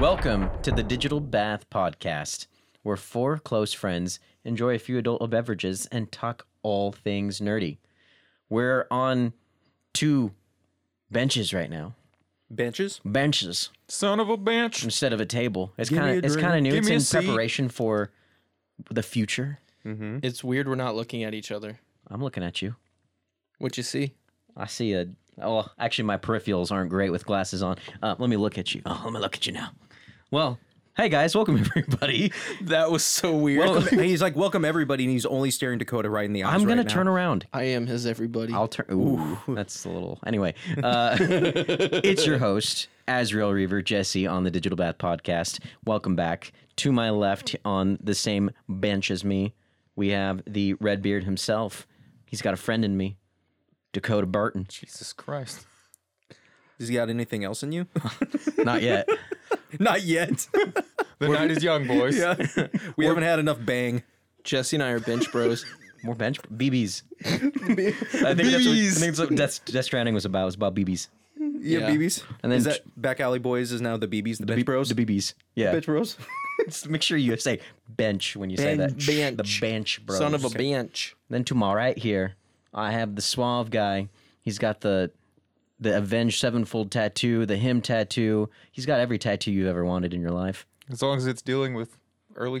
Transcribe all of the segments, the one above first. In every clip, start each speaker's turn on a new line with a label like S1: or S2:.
S1: Welcome to the Digital Bath Podcast, where four close friends enjoy a few adult beverages and talk all things nerdy. We're on two benches right now.
S2: Benches?
S1: Benches
S2: Son of a bench.
S1: instead of a table. It's
S2: Give me
S1: kind
S2: a
S1: of it's
S2: drink.
S1: kind of new.
S2: Give me a
S1: it's in
S2: seat.
S1: preparation for the future.
S3: It's weird we're not looking at each other.
S1: I'm looking at you.
S3: What you see?
S1: I see a. Oh, actually, my peripherals aren't great with glasses on. Uh, let me look at you. Oh, let me look at you now. Well, hey guys, welcome everybody.
S3: That was so weird.
S2: Welcome-
S4: And he's like, welcome everybody, and he's only staring Dakota right in the eyes.
S1: I'm gonna
S4: right now.
S1: turn around.
S3: I am his everybody.
S1: I'll turn. Ooh, that's a little. Anyway, uh, it's your host, Azrael Reaver, Jesse, on the Digital Bath Podcast. Welcome back. To my left, on the same bench as me, we have the Redbeard himself. He's got a friend in me, Dakota Burton.
S2: Jesus Christ.
S4: Does he got anything else in you?
S1: Not yet.
S4: Not yet.
S2: The night is young, boys.
S4: yeah, we haven't had enough bang.
S3: Jesse and I are bench bros.
S1: More bench BBs. I think that's what, I think that's what Death, Death Stranding was about. It was about BBs.
S4: Yeah,
S3: Yeah.
S4: BBs.
S1: And then
S4: is that back alley boys is now the BBs, the bench bros,
S1: The BBs. Yeah.
S4: bench bros.
S1: Just make sure you say bench when you say that.
S3: Bench.
S1: The bench, bro.
S3: Son of a bench.
S1: Then to my right here, I have the suave guy. He's got the the Avenged Sevenfold tattoo, the him tattoo. He's got every tattoo you've ever wanted in your life.
S2: As long as it's dealing with early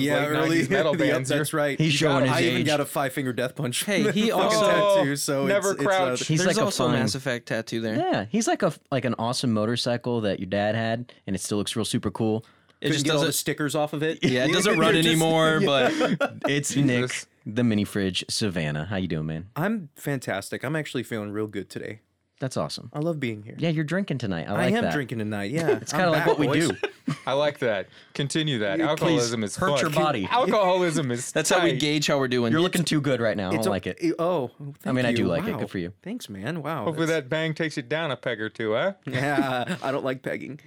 S4: yeah,
S2: late
S4: early
S2: 90s metal
S4: Yep,
S2: bands.
S4: that's right.
S1: He's showing
S4: I
S1: his
S4: even
S1: age.
S4: got a five finger death punch.
S3: Hey, he
S4: Fucking
S3: also-
S4: tattoo, so
S2: Never
S4: it's, it's,
S2: crouch.
S4: uh,
S1: He's
S3: There's
S1: like a
S3: also
S1: fine.
S3: Mass Effect tattoo there.
S1: Yeah, he's like a like an awesome motorcycle that your dad had, and it still looks real super cool.
S3: It
S4: couldn't
S3: just
S4: get all the
S3: doesn't.
S4: stickers off of it.
S3: Yeah, it doesn't run anymore. But
S1: It's
S2: Jesus.
S1: Nick, the mini fridge Savannah. How you doing, man?
S4: I'm fantastic. I'm actually feeling real good today.
S1: That's awesome.
S4: I love being here.
S1: Yeah, you're drinking tonight. I
S4: I
S1: like
S4: am
S1: that.
S4: drinking tonight. Yeah,
S1: It's kind of like what we do.
S2: I like that. Continue that. Alcoholism is
S1: hurt
S2: fun.
S1: your body.
S2: Alcoholism is
S3: that's how we
S2: tight.
S3: gauge how we're doing.
S1: You're looking too good right now. I don't
S4: It's o-
S1: like it.
S4: it- Oh, thank
S1: mean, I
S4: you.
S1: do like it.
S4: Wow.
S1: Good for you.
S4: Thanks, man. Wow.
S2: Hopefully
S4: that's-
S2: that bang takes it down a peg or two, huh?
S4: yeah, I don't like pegging.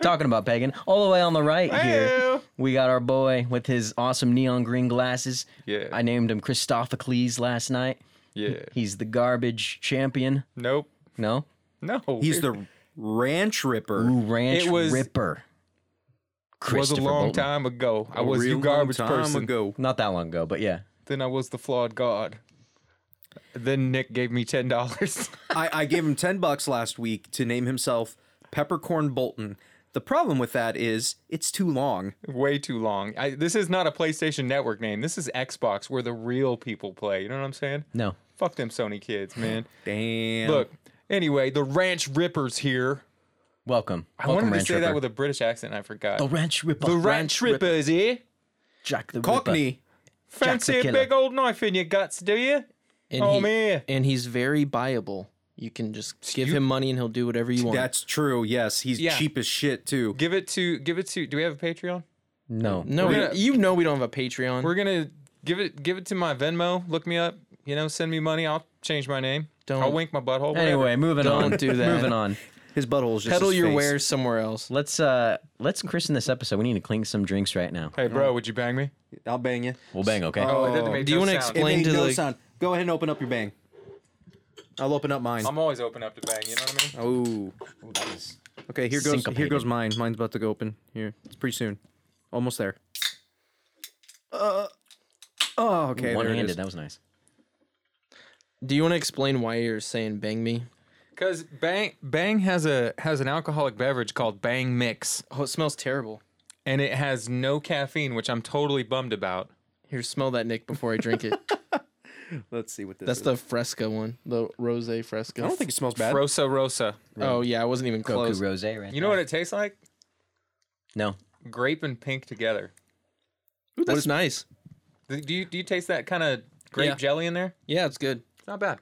S1: Talking about Pagan, all the way on the right here,
S2: Heyo.
S1: we got our boy with his awesome neon green glasses.
S2: Yeah.
S1: I named him Christophocles last night.
S2: Yeah.
S1: He's the garbage champion.
S2: Nope.
S1: No,
S2: No.
S4: He's the ranch ripper.
S1: Ooh, ranch
S2: It was-
S1: ripper.
S2: It was a
S1: Christopher
S2: long
S1: Bolton.
S2: time ago. I was
S4: Real
S2: your garbage
S4: long time
S2: person.
S4: ago.
S1: Not that long ago, but yeah.
S2: Then I was the flawed god. Then Nick gave me ten dollars.
S4: I, I gave him ten bucks last week to name himself Peppercorn Bolton. The problem with that is it's too long.
S2: way too long. I, this is not a PlayStation Network name. This is Xbox, where the real people play. You know what I'm saying?
S1: No.
S2: Fuck them Sony kids, man.
S4: Damn.
S2: Look, anyway, the Ranch Rippers here.
S1: Welcome.
S2: I
S1: Welcome,
S2: wanted to
S1: ranch
S2: say
S1: ripper.
S2: that with a British accent. I forgot.
S1: the ranch ripper.
S2: The Ranch, Rippers here.
S1: Jack the Ripper.
S4: Cockney.
S2: Fancy a
S1: killer.
S2: big old knife in your guts, do you?
S3: and
S2: Oh,
S3: he-
S2: man.
S3: And he's very buyable. You can just give him money and he'll do whatever you want.
S4: That's true. Yes, he's
S2: Yeah.
S4: cheap as shit too.
S2: Give it to. Give it to. Do we have a Patreon?
S1: No.
S3: no,
S2: We're
S3: we-
S2: gonna-
S3: you know we don't have a Patreon.
S2: We're gonna give it. Give it to my Venmo. Look me up. You know, send me money. I'll change my name.
S3: Don't.
S2: I'll wink my butthole. whatever.
S1: Anyway, moving on.
S3: Don't do that.
S1: Moving on.
S4: His butthole's just
S3: Peddle
S4: his
S3: your
S4: face.
S3: wares somewhere else.
S1: Let's uh let's christen this episode. We need to clink some drinks right now.
S2: Hey, bro, would you bang me?
S4: I'll bang you.
S1: We'll bang, okay?
S2: Oh, it didn't make
S3: Do you
S2: no
S3: wanna
S2: sound.
S4: It
S3: Explain
S4: made
S3: to
S4: no
S3: the-
S4: sound. Go ahead and open up your bang. I'll open up mine.
S2: I'm always open up to bang. You know what I mean?
S4: Oh. Okay, here goes here
S1: Syncopated.
S4: goes mine. Mine's about to go open. Here. It's pretty soon. Almost there. Uh Oh, okay. there it is.
S1: One-handed. That was nice.
S3: Do you want to explain why you're saying bang me?
S2: Because Bang Bang has a has an alcoholic beverage called Bang Mix,
S3: Oh, it smells terrible.
S2: and it has no caffeine, which I'm totally bummed about.
S3: Here, smell that, Nick, before I drink it.
S4: Let's see what this
S3: That's
S4: is.
S3: the Fresca one, the rose Fresca.
S4: I don't think it smells bad.
S2: Rosa Rosa.
S3: Oh yeah, I wasn't even
S1: Goku
S3: close.
S1: rose right
S2: You know what it tastes like?
S1: No.
S2: Grape and pink together.
S3: Ooh, that's nice.
S2: Th- Do you do you taste that kind of grape
S3: Yeah.
S2: jelly in there?
S3: Yeah, it's good.
S2: It's not bad.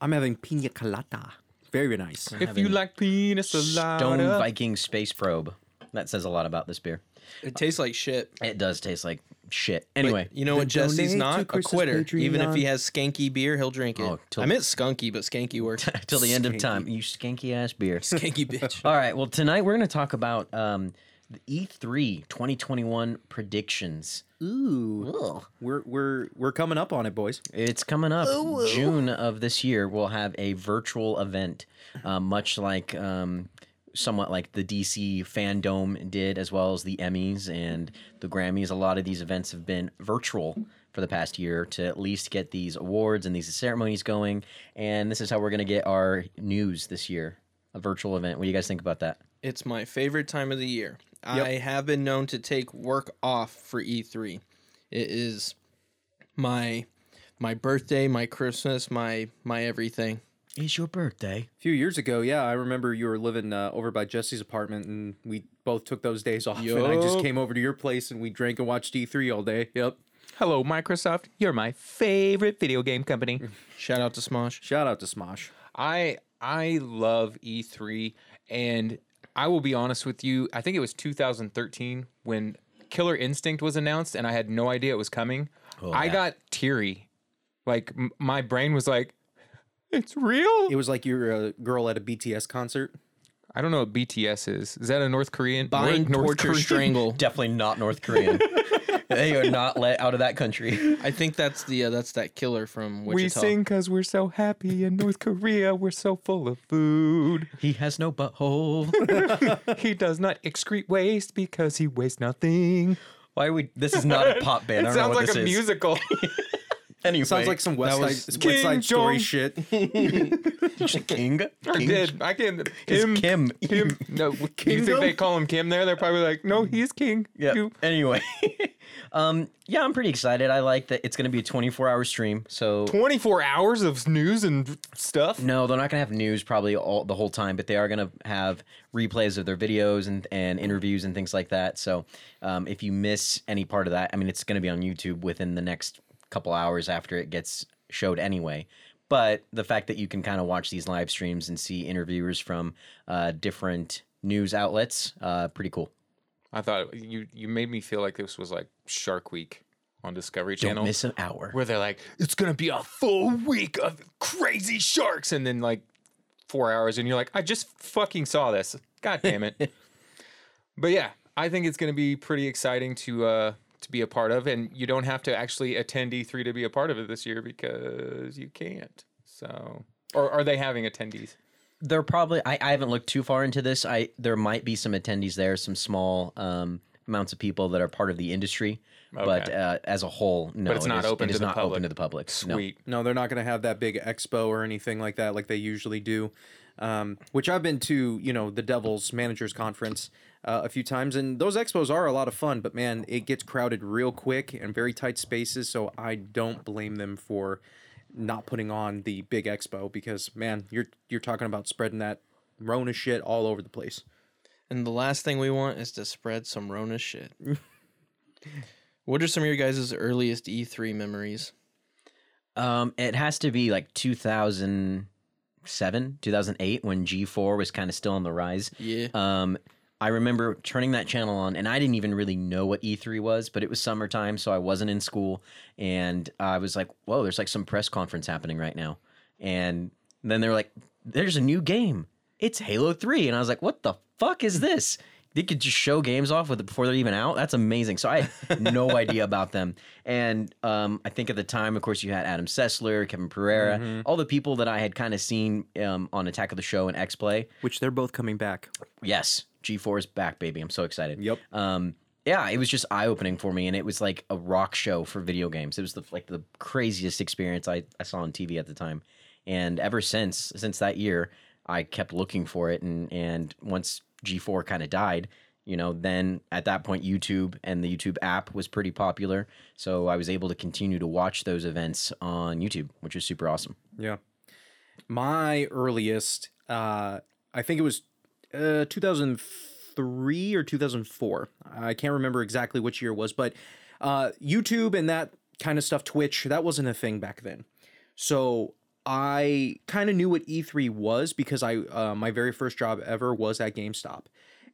S4: I'm having pina colada. Very nice.
S2: If you like penis
S1: Stone Viking Space Probe. That says a lot about this beer.
S3: It tastes like shit.
S1: It does taste like shit.
S3: But
S1: Anyway,
S3: you know what? Jesse's
S4: donate
S3: not
S4: to
S3: a
S4: Chris's
S3: quitter. Even if he
S4: Patreon.
S3: has skanky beer, he'll drink it.
S1: Oh, till-
S3: I meant skunky, but skanky works.
S1: till the end of time, you skanky ass beer.
S3: skanky bitch.
S1: All right. Well, tonight we're going to talk about um, the E3 2021 predictions.
S4: Ooh.
S1: Ugh.
S4: We're we're we're coming up on it, boys.
S1: It's coming up. June of this year, we'll have a virtual event, uh, much like um, somewhat like the DC fandom did, as well as the Emmys and the Grammys. A lot of these events have been virtual for the past year to at least get these awards and these ceremonies going. And this is how we're going to get our news this year a virtual event. What do you guys think about that?
S3: It's my favorite time of the year. I have been known to take work off for E3. It is my my birthday, my Christmas, my my everything.
S1: It's your birthday.
S4: A few years ago, yeah, I remember you were living uh, over by Jesse's apartment, and we both took those days off. And I just
S2: Yup.
S4: came over to your place, and we drank and watched E3 all day. Yep.
S2: Hello, Microsoft. You're my favorite video game company.
S3: Shout out to Smosh.
S4: Shout out to Smosh.
S2: I I love E3 and I will be honest with you, I think it was 2013 when Killer Instinct was announced and I had no idea it was coming. I
S1: yeah.
S2: got teary. Like m- my brain was like it's real?
S4: It was like you were a girl at a BTS concert.
S2: I don't know what BTS is. Is that a North Korean?
S3: Bind,
S2: North
S3: torture,
S2: Korean-
S3: strangle.
S1: Definitely not North Korean. they are not let out of that country.
S3: I think that's the uh, that's that killer from
S2: We
S3: Wichita.
S2: sing because we're so happy in North Korea. We're so full of food.
S1: He has no butthole.
S2: He does not excrete waste because he wastes nothing.
S1: Why are we? This is not a pop band. I don't know
S2: Sounds
S1: what
S2: like
S1: this
S2: a
S1: is.
S2: musical.
S1: Anyway,
S4: Sounds like some West
S3: that was
S4: Side, West
S2: King
S4: Side Story
S2: Jong.
S4: shit.
S1: King.
S2: I
S1: King?
S2: did. I can.
S1: It's
S2: Kim.
S1: Kim.
S2: Kim. No, you
S1: Kingdom?
S2: think they call him Kim there? They're probably like, no, he's king.
S1: Yeah.
S2: You-
S1: Anyway, um, yeah, I'm pretty excited. I like that it's going to be a 24 hour stream. So
S2: 24 hours of news and stuff.
S1: no, they're not going to have news probably all the whole time, but they are going to have replays of their videos and, and interviews and things like that. So um, if you miss any part of that, I mean, it's going to be on YouTube within the next couple hours after it gets showed anyway. But the fact that you can kind of watch these live streams and see interviewers from uh, different news outlets, uh, pretty cool.
S2: I thought you you made me feel like this was like Shark Week on Discovery Channel.
S1: Don't miss an hour.
S2: where they're like, it's gonna be a full week of crazy sharks, and then like four hours, and you're like, I just fucking saw this. God damn it. but yeah, I think it's gonna be pretty exciting to uh to be a part of, and you don't have to actually attend E3 to be a part of it this year because you can't. So or are they having attendees?
S1: there probably I, I haven't looked too far into this i there might be some attendees there some small um amounts of people that are part of the industry but
S2: Okay.
S1: uh, as a whole no
S2: it's
S1: it
S2: not
S1: is-
S2: open
S1: it
S2: to
S1: is
S2: the
S1: not
S2: public.
S1: open to the public no.
S2: Sweet.
S4: No, they're not going to have that big expo or anything like that, like they usually do. Um, which I've been to, you know, the Devils Managers Conference uh, a few times, and those expos are a lot of fun. But man, it gets crowded real quick and very tight spaces. So I don't blame them for not putting on the big expo because man, you're you're talking about spreading that Rona shit all over the place.
S3: And the last thing we want is to spread some Rona shit. what are some of your guys' earliest E3 memories?
S1: um it has to be like 2007 2008 when g4 was kind of still on the rise
S3: Yeah.
S1: um I remember turning that channel on, and I didn't even really know what E3 was, but it was summertime, so I wasn't in school, and I was like, "Whoa, there's like some press conference happening right now," and then they were like, "There's a new game. It's Halo 3," and I was like, "What the fuck is this?" They could just show games off with it before they're even out. That's amazing. So I had no idea about them, and um, I think at the time, of course, you had Adam Sessler, Kevin Pereira, all the people that I had kind of seen um, on Attack of the Show and X Play.
S4: Which they're both coming back.
S1: Yes, G4 is back, baby. I'm so excited.
S4: Yep.
S1: Um, yeah, it was just eye opening for me, and it was like a rock show for video games. It was the, like the craziest experience I, I saw on TV at the time, and ever since since that year, I kept looking for it, and and once G4 kind of died. You know, then at that point, YouTube and the YouTube app was pretty popular. So I was able to continue to watch those events on YouTube, which is super awesome.
S4: Yeah. My earliest, uh, I think it was uh, 2003 or 2004. I can't remember exactly which year it was, but uh, YouTube and that kind of stuff, Twitch, that wasn't a thing back then. So I kind of knew what E3 was because I uh, my very first job ever was at GameStop.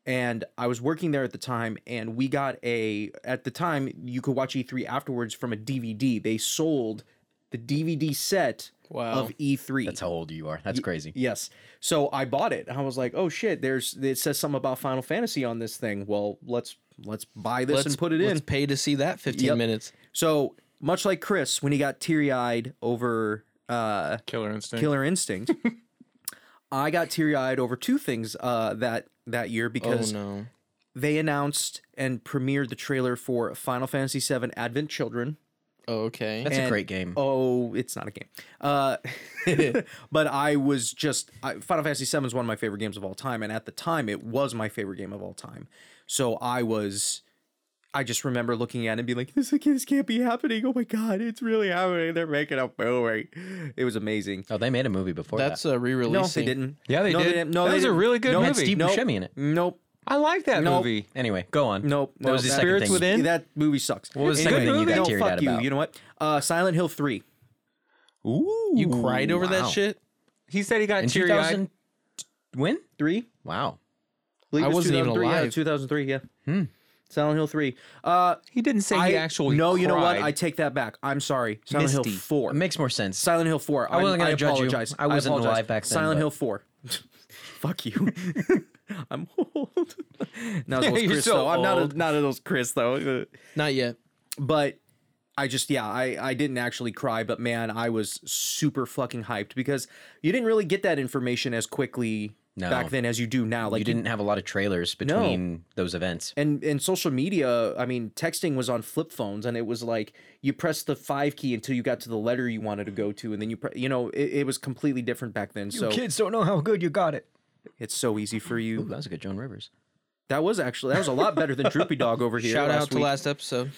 S4: And I was working there at the time, and we got a. At the time, you could watch E3 afterwards from a DVD. They sold the DVD set
S3: Wow.
S4: of E E3.
S1: That's how old you are. That's crazy.
S4: Yes. So I bought it. I was like, "Oh shit, there's it says something about Final Fantasy on this thing. Well, let's let's buy this and put it
S3: let's
S4: in."
S3: pay to see that 15
S4: Yep.
S3: minutes. Oh,
S4: So, much like Chris when he got teary-eyed over uh
S2: Killer Instinct.
S4: Killer Instinct, I got teary eyed over two things uh, that that year
S3: Oh
S4: because
S3: no.
S4: they announced and premiered the trailer for Final Fantasy VII Advent Children.
S3: Oh, Okay.
S1: That's a
S4: And-
S1: great game.
S4: Oh, it's not a game. Uh, but I was just I, Final Fantasy VII is one of my favorite games of all time, and at the time, it was my favorite game of all time. So I was, I just remember looking at it and being like, "This, this can't be happening! Oh my god, it's really happening! They're making a movie!" It was amazing.
S1: oh, they made a movie before
S3: That's
S1: that.
S3: a re-release.
S4: No, they didn't.
S2: Yeah, they
S4: no,
S2: did.
S4: didn't. no,
S2: that
S4: they
S2: was a
S4: didn't.
S2: really good
S4: No,
S1: Had
S2: movie.
S1: Steve
S4: Nope.
S1: Buscemi in it.
S4: Nope.
S2: I like that
S4: Nope.
S2: movie.
S1: Anyway, go on.
S4: Nope,
S1: What was
S4: nope,
S1: the
S4: that-
S1: second
S2: Spirits
S1: thing?
S2: Within? In?
S4: That movie sucks. What
S1: was the second thing you got teared
S4: no, fuck
S1: out
S4: you.
S1: about?
S4: You know what? Uh, Silent Hill Three.
S2: Ooh,
S3: You cried over
S1: wow.
S3: that shit?
S2: He said he got
S1: In
S2: teary eyed.
S1: 2000 when?
S4: Three.
S1: Wow.
S4: believe
S3: I
S4: it's
S3: wasn't even
S4: 2003, Yeah,
S3: alive.
S4: 2003, yeah.
S1: Hmm.
S4: Silent Hill 3. Uh,
S2: He didn't say
S4: I
S2: he actually.
S4: No, you know what?
S2: cried.
S4: I take that back. I'm sorry. Silent
S1: Misty.
S4: Hill 4.
S1: It makes more sense.
S4: Silent Hill 4. I'm- I
S1: wasn't gonna judge you.
S4: apologize.
S1: I wasn't
S4: apologize.
S1: alive back then,
S4: Silent
S1: but-
S4: Hill 4. Fuck you. I'm old. not as old as
S2: You're
S4: Chris,
S2: so
S4: though. I'm not,
S2: old.
S4: a, not as old as Chris, though.
S3: Not yet.
S4: But I just, yeah, I, I didn't actually cry, but man, I was super fucking hyped because you didn't really get that information as quickly
S1: No.
S4: back then as you do now. Like,
S1: you didn't have a lot of trailers between those events.
S4: and and social media i mean texting was on flip phones and it was like you press the five key until you got to the letter you wanted to go to and then you pre- you know it, it was completely different back then so
S1: don't know how good you got it.
S4: it's so easy for
S1: Ooh,
S4: you
S1: that was a good Joan Rivers.
S4: that was actually that was a lot better than droopy dog over here
S3: Shout
S4: last
S3: out to
S4: week.
S3: last episode.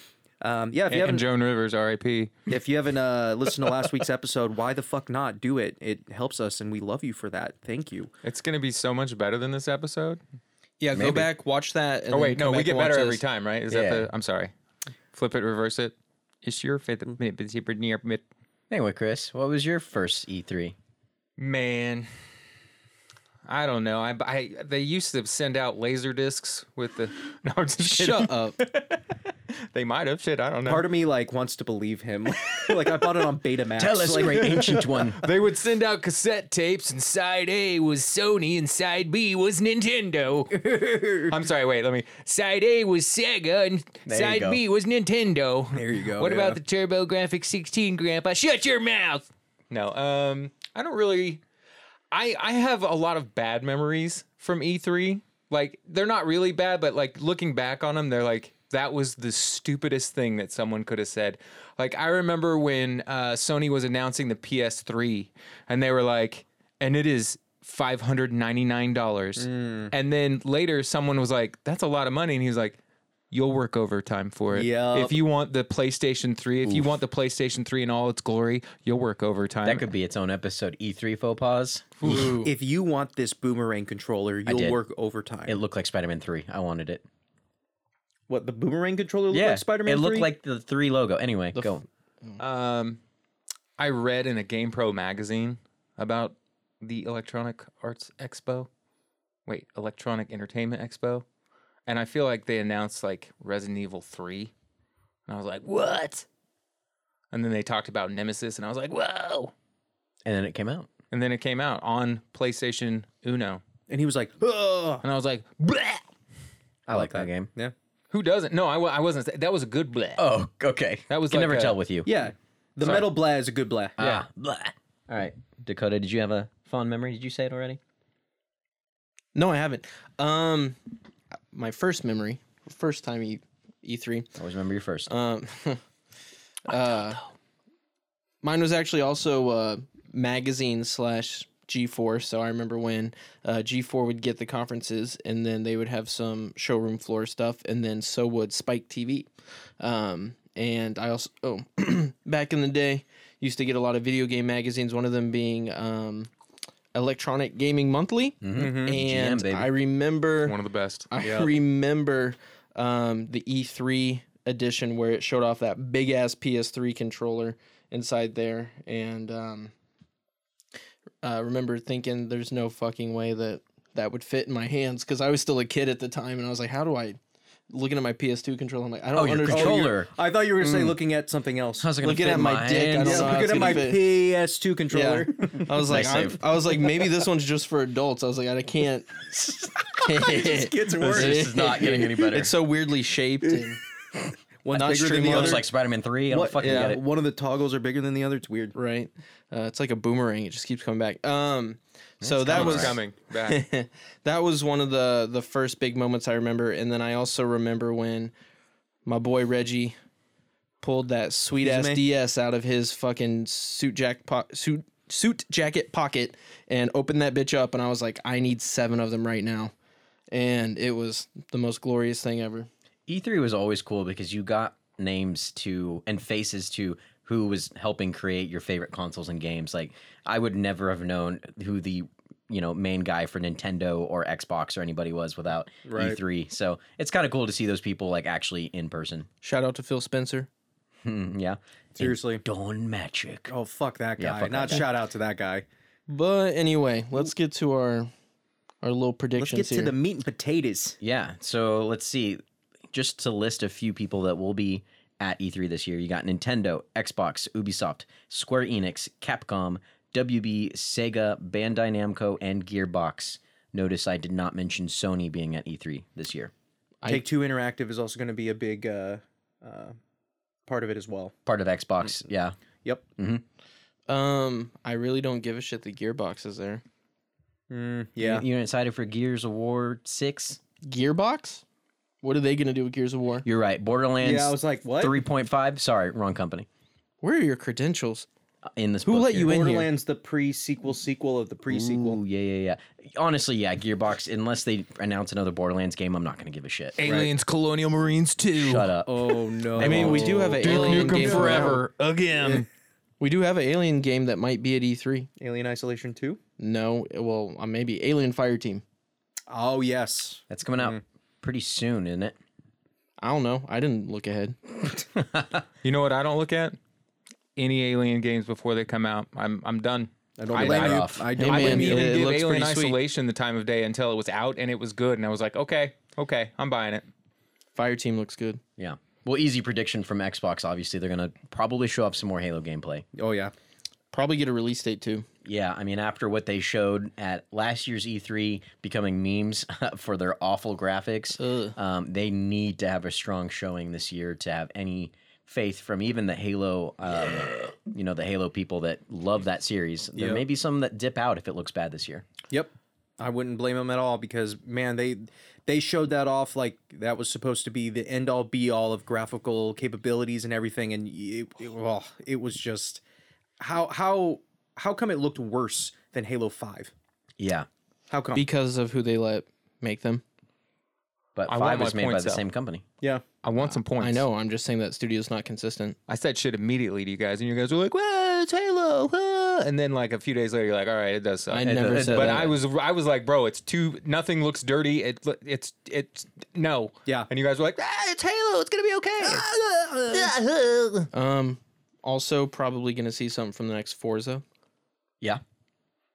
S4: um yeah if you
S2: and, and
S4: haven't
S2: Joan Rivers, R.I.P.
S4: if you haven't uh listened to last week's episode why the fuck not do it it helps us and we love you for that thank you
S2: It's gonna be so much better than this episode.
S3: Yeah, go back, watch that. And
S2: Oh
S3: then
S2: wait, no,
S3: come
S2: we
S3: back
S2: get
S3: and watch
S2: better
S3: this.
S2: every time, right? Is
S1: Yeah.
S2: that the? I'm sorry. Flip it, reverse it. It's your fifth minute.
S1: Anyway, Chris, what was your first E E3?
S2: Man, I don't know. I, I they used to send out laser discs with the. No, I'm just kidding.
S3: Shut up.
S2: They might have. Shit, I don't know.
S4: part of me like wants to believe him like i bought it on betamax like,
S1: great ancient one.
S2: they would send out cassette tapes, and side A was Sony, and side B was Nintendo. I'm sorry. Wait, let me. Side A was Sega, and
S1: you
S2: side
S1: go.
S2: B was Nintendo.
S4: there you go
S2: What
S4: yeah.
S2: about the Turbo Graphic 16, Grandpa? Shut your mouth. No, um, I don't really. I I have a lot of bad memories from E3. Like they're not really bad, but like looking back on them, they're like that was the stupidest thing that someone could have said. Like I remember when uh, Sony was announcing the PS3, and they were like, and it is. Five hundred ninety nine dollars,
S1: Mm.
S4: mm,
S2: and then later someone was like, "That's a lot of money," and he was like, "You'll work overtime for it.
S4: Yup.
S2: If you want the PlayStation 3, if you want the PlayStation 3 in all its glory, you'll work overtime.
S1: That could be its own episode, E3 faux pas.
S3: Ooh.
S4: if you want this boomerang controller,
S1: did.
S4: you'll work overtime.
S1: It looked like Spider Man 3. I wanted it.
S4: what the boomerang controller looked like Spider-Man?
S1: It looked
S4: 3?
S1: like the 3 logo. Anyway, go.
S2: um, I read in a Game Pro magazine about the Electronic Arts Expo. Wait, Electronic Entertainment Expo. And I feel like they announced like Resident Evil 3. And I was like, what? And then they talked about Nemesis, and I was like, whoa.
S1: And then it came out.
S2: And then it came out on PlayStation Uno.
S4: and he was like, Ugh.
S2: And I was like, bleh.
S1: I, like that game.
S4: Yeah,
S2: Who doesn't? No, I, wa- I wasn't. That was a good bleh.
S1: Oh, okay.
S2: That was
S1: Can
S2: like
S1: never
S2: a-
S1: tell with you.
S4: yeah. The metal blah is a good blah.
S1: Ah, blah. All right. Dakota, did you have a fond memory? Did you say it already?
S3: No, I haven't. Um, my first memory, first time E E three.
S1: Always remember your first.
S3: Um, uh, mine was actually also uh, magazine slash G four. So I remember when uh, G four would get the conferences, and then they would have some showroom floor stuff, and then so would Spike TV. Um, and I also oh, back in the day, used to get a lot of video game magazines. One of them being um, Electronic Gaming Monthly, and
S1: EGM, baby.
S3: I remember
S2: One of the best.
S3: I remember um, the E3 edition where it showed off that big ass PS3 controller inside there, and um, uh, remember thinking, "There's no fucking way that that would fit in my hands," because I was still a kid at the time, and I was like, "How do I?" Looking at my PS2 controller, I'm like, "I don't
S1: Oh, your
S3: understand."
S1: controller.
S4: I thought you were gonna say looking at something else.
S1: How's it gonna
S3: Looking
S1: fit
S3: at
S1: in
S3: my dick, I
S1: hands?
S3: don't know how
S4: Looking
S3: it's
S4: at my
S3: gonna fit.
S4: PS2 controller.
S3: I was like,
S1: Nice
S3: I'm-
S1: save.
S3: I was like, maybe this one's just for adults. I was like, I can't. it
S4: gets worse.
S1: This is not getting any better.
S3: It's so weirdly shaped. And
S4: One's
S3: Not
S4: bigger than
S3: streamlined.
S4: the
S1: Looks
S4: other.
S1: like Spider Man 3. I don't
S4: What-
S1: fucking
S4: yeah,
S1: get it.
S4: one of the toggles are bigger than the other. It's weird.
S3: right? Uh, it's like a boomerang; it just keeps coming back. Um, So that was
S2: coming back.
S3: that was one of the the first big moments I remember, and then I also remember when my boy Reggie pulled that sweet ass
S4: Excuse me?
S3: DS out of his fucking suit jack po- suit suit jacket pocket and opened that bitch up, and I was like, I need seven of them right now, and it was the most glorious thing ever.
S1: E3 E was always cool because you got names to and faces to who was helping create your favorite consoles and games. Like I would never have known who the you know main guy for Nintendo or Xbox or anybody was without
S4: Right.
S1: E3. So it's kind of cool to see those people like actually in person.
S3: Shout out to Phil Spencer.
S1: Hmm, yeah,
S4: Seriously.
S1: Don Magic.
S4: Oh fuck that guy!
S1: Yeah, fuck that
S4: Not
S1: guy.
S4: shout out to that guy.
S3: But anyway, let's get to our our little
S4: Let's
S3: predictions
S4: get to
S3: here.
S4: the meat and potatoes.
S1: Yeah. So let's see. Just to list a few people that will be at E3 this year, you got Nintendo, Xbox, Ubisoft, Square Enix, Capcom, WB, Sega, Bandai Namco, and Gearbox. Notice I did not mention Sony being at E3 this year.
S4: Take Two Interactive is also going to be a big uh, uh, part of it as well.
S1: Part of
S4: Mm,
S1: Xbox. Yeah.
S4: Yep.
S3: um, I really don't give a shit. The Gearbox is there.
S4: Mm, Yeah.
S1: You're excited for Gears of War 6?
S3: Gearbox? What are they gonna do with Gears of War?
S1: You're right. Borderlands
S4: Yeah. I was like, what?
S1: 3.5. Sorry, wrong company. Uh,
S3: Where are your credentials?
S1: In this
S3: Who
S1: book
S3: let
S1: here.
S3: you in here?
S4: Borderlands, the pre sequel sequel of the pre sequel.
S1: Ooh, yeah, yeah, yeah. Honestly, yeah, Gearbox, unless they announce another Borderlands game, I'm not going to give a shit.
S2: Aliens, Colonial Marines two.
S1: Shut up.
S4: Oh no!
S3: I mean, we do have an alien game forever.
S2: again.
S3: We do have an alien game that might be at E3.
S4: Alien Isolation Two.
S3: No, well, uh, maybe Alien Fireteam.
S4: Oh yes.
S1: That's coming out pretty soon, isn't it?
S3: I don't know. I didn't look ahead.
S2: You know what I don't look at? Any alien games before they come out. I'm I'm done. I
S4: don't
S2: I,
S4: blame you.
S2: I,
S4: I
S2: I,
S4: don't
S3: blame
S2: wouldn't
S3: you.
S2: even
S3: It
S2: give
S3: looks
S2: Alien
S3: pretty sweet.
S2: Isolation the time of day until it was out and it was good and I was like, okay, okay, I'm buying it.
S3: Fireteam looks good.
S1: Yeah. Well, easy prediction from Xbox. Obviously, they're gonna probably show off some more Halo gameplay.
S4: Oh yeah.
S3: Probably get a release date too.
S1: Yeah, I mean, after what they showed at last year's E3, becoming memes for their awful graphics, um, they need to have a strong showing this year to have any faith from even the Halo, um, you know, the Halo people that love that series. There may be some that dip out if it looks bad this year.
S4: Yep. I wouldn't blame them at all because man, they they showed that off like that was supposed to be the end all be all of graphical capabilities and everything, and it, it, oh, it was just how how how come it looked worse than Halo Five?
S1: Yeah,
S4: How come?
S3: Because of who they let make them.
S1: but
S2: I want
S1: Five
S2: my
S1: was made by
S2: points,
S1: the
S2: though.
S1: same company.
S4: yeah.
S2: I want some points.
S3: I know. I'm just saying that studio's not consistent.
S2: I said shit immediately to you guys, and you guys were like, "Well, it's Halo," huh?" and then like a few days later, you're like, "All right, it does suck."
S3: I never said
S2: but
S3: that.
S2: I was I was like, "Bro, it's too nothing looks dirty. It lo- it's it's no."
S4: Yeah.
S2: And you guys were like, ah, "It's Halo. It's gonna be okay."
S3: Um, also probably gonna see something from the next Forza.
S1: Yeah,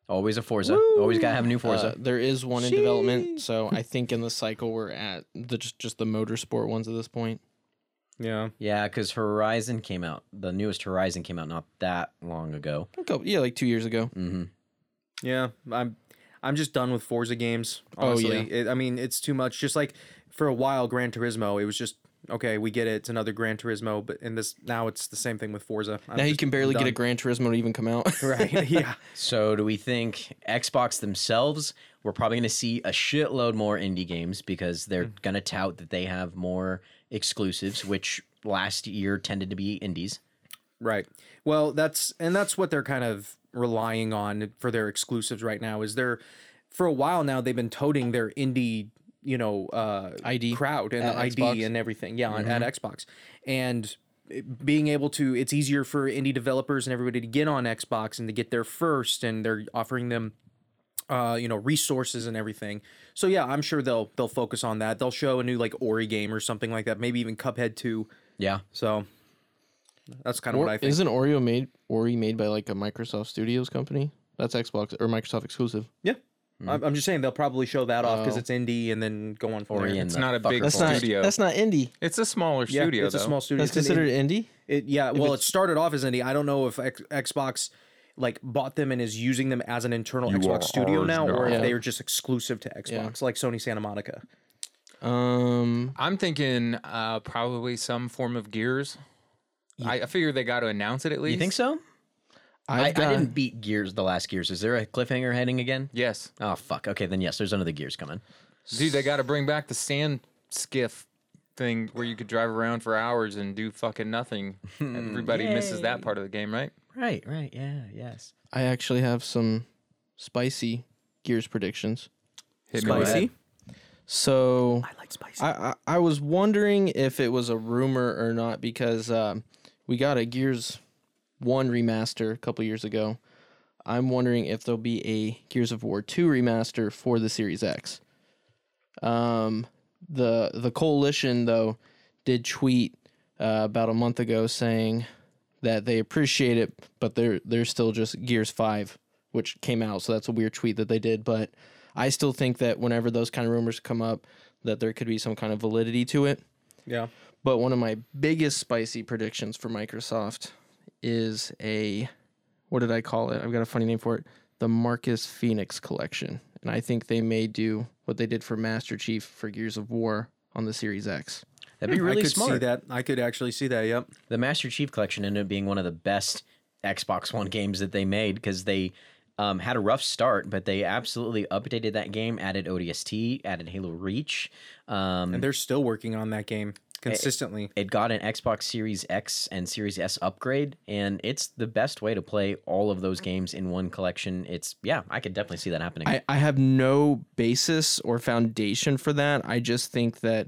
S1: always a Forza. Always gotta have new Forza.
S3: Uh, there is one in development, so I think in the cycle we're at the just, just the motorsport ones at this point.
S4: Yeah.
S1: Yeah, because Horizon came out. The newest Horizon came out not that long ago. Mm-hmm.
S3: A couple- yeah, like two years ago.
S4: Yeah, I'm I'm just done with Forza games.
S3: Oh,
S4: Honestly, It- I mean it's too much. Just like for a while, Gran Turismo, it was just okay. We get it. It's another Gran Turismo, but in this now it's the same thing with Forza. I'm
S3: now you
S4: just
S3: can barely get a
S4: done.
S3: Gran Turismo to even come out.
S4: right. Yeah,
S1: So, do we think Xbox themselves? We're probably going to see a shitload more indie games because they're
S2: Hmm.
S1: going to tout that they have more exclusives, which last year tended to be indies.
S4: right. Well, that's and that's what they're kind of relying on for their exclusives right now. Is they're for a while now they've been toting their indie you know uh
S3: ID
S4: crowd and
S3: at
S4: the ID
S3: Xbox.
S4: and everything. Yeah, on at Xbox. And it- being able to, it's easier for indie developers and everybody to get on Xbox and to get there first, and they're offering them, uh, you know, resources and everything. So yeah, I'm sure they'll they'll focus on that. They'll show a new like Ori game or something like that. Maybe even Cuphead two.
S1: Yeah.
S4: So that's kind of
S3: Or,
S4: what I think.
S3: isn't Oreo made Ori made by like a Microsoft Studios company? That's Xbox or Microsoft exclusive.
S4: Yeah,
S1: Hmm.
S4: I'm, I'm just saying they'll probably show that off because it's indie and then go on from
S1: Oh. Ori
S4: there.
S1: and
S4: It's,
S1: the
S2: not a big
S1: fucking
S2: That's not- Studio. that's
S3: not indie.
S2: It's a smaller
S4: yeah,
S2: studio.
S4: it's a
S2: though.
S4: small studio.
S3: That's
S4: It's an indie.
S3: considered indie.
S4: It yeah, well, it started off as indie. I don't know if X- Xbox like bought them and is using them as an internal
S2: are
S4: Xbox studio
S2: ours
S4: now, or
S2: now.
S4: if they are just exclusive to Xbox, like Sony Santa Monica.
S3: Um,
S2: I'm thinking uh, probably some form of Gears. I, I figure they got to announce it at least.
S1: You think so? I, I
S3: got-
S1: didn't beat Gears. The last Gears. Is there a cliffhanger heading again?
S2: Yes,
S1: Oh fuck. Okay, then yes, there's another Gears coming.
S2: dude, they got to bring back the sand skiff thing where you could drive around for hours and do fucking nothing. Everybody misses that part of the game, right?
S1: Right. Right. Yeah. Yes.
S3: I actually have some spicy Gears predictions.
S2: Hit me with
S4: Spicy.
S3: So
S4: I like spicy.
S3: I, I, I was wondering if it was a rumor or not because um, we got a Gears 1 remaster a couple years ago. I'm wondering if there'll be a Gears of War 2 remaster for the Series X. Um, the the coalition though did tweet uh, about a month ago saying that they appreciate it, but they're they're still just Gears Five, which came out. So that's a weird tweet that they did. But I still think that whenever those kind of rumors come up, that there could be some kind of validity to it.
S4: yeah.
S3: But one of my biggest spicy predictions for Microsoft is a what did I call it? I've got a funny name for it. The Marcus Phoenix collection. And I think they may do what they did for Master Chief for Gears of War on the Series X.
S1: That'd be really
S4: Hmm, I could
S1: smart.
S4: see that. I could actually see that. Yep.
S1: the Master Chief Collection ended up being one of the best Xbox One games that they made because they um, had a rough start, but they absolutely updated that game, added ODST, added Halo Reach. Um,
S4: And they're still working on that game consistently.
S1: it got an Xbox Series X and Series S upgrade, and it's the best way to play all of those games in one collection. It's yeah, I could definitely see that happening.
S3: I, I have no basis or foundation for that. I just think that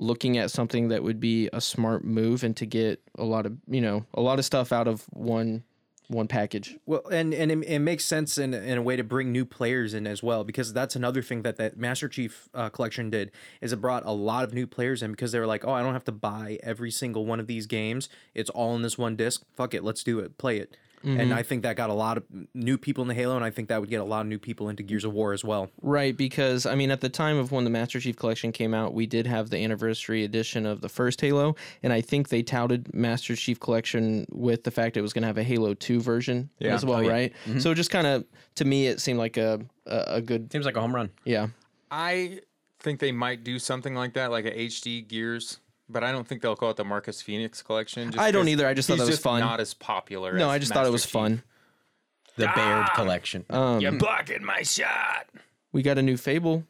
S3: looking at something that would be a smart move and to get a lot of you know a lot of stuff out of one one package.
S4: Well, and and it, it makes sense in, in a way to bring new players in as well because that's another thing that that Master Chief uh, collection did is it brought a lot of new players in because they were like, oh, I don't have to buy every single one of these games. It's all in this one disc. Fuck it, let's do it, play it.
S1: Mm-hmm.
S4: And I think that got a lot of new people in the Halo, and I think that would get a lot of new people into Gears of War as well.
S3: Right, because I mean, at the time of when the Master Chief Collection came out, we did have the anniversary edition of the first Halo, and I think they touted Master Chief Collection with the fact it was going to have a Halo Two version
S2: Yeah.
S3: as well, right? So just kind of to me, it seemed like a a, a good
S1: Seems like a home run.
S3: yeah.
S2: I think they might do something like that, like a HD Gears, but I don't think they'll call it the Marcus Phoenix Collection. Just
S3: I don't
S2: 'cause
S3: either. I just thought
S2: he's
S3: that was fun.
S2: Not as popular.
S3: No,
S2: as
S3: I just thought it
S2: Master
S3: was Um,
S2: Chief.
S3: fun.
S1: The
S4: Ah!
S1: Baird Collection.
S2: You're blocking my shot.
S3: We got a new Fable.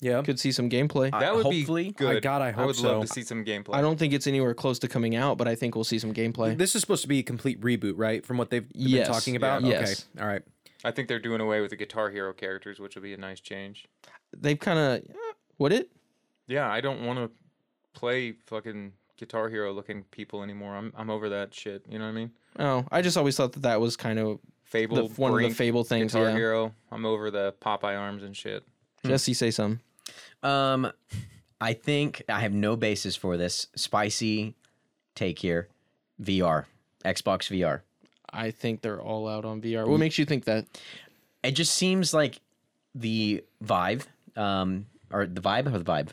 S4: Yeah.
S3: Could see some gameplay. I,
S2: That would
S1: hopefully.
S2: be good.
S4: I- God, I hope
S2: would love
S4: so.
S2: to see some gameplay.
S3: don't think it's anywhere close to coming out, but I think we'll see some gameplay.
S4: This is supposed to be a complete reboot, right? From what they've been
S3: Yes.
S4: talking about.
S3: Yeah. Yes.
S4: Okay. All right.
S2: I think they're doing away with the Guitar Hero characters, which would be a nice change.
S3: They've kind of would it?
S2: Yeah, I don't want to play fucking Guitar Hero looking people anymore. I'm I'm over that shit. You know what I mean?
S3: Oh, I just always thought that that was kind of
S2: Fable,
S3: one of the
S2: Brink,
S3: Fable things,
S2: Guitar
S3: yeah.
S2: Hero. I'm over the Popeye arms and shit.
S4: Hmm.
S3: Jesse say some.
S1: Um, I think I have no basis for this spicy take here. VR, Xbox VR.
S3: I think they're all out on VR. What makes you think that?
S1: It just seems like the Vive, um, or the Vibe or the Vibe.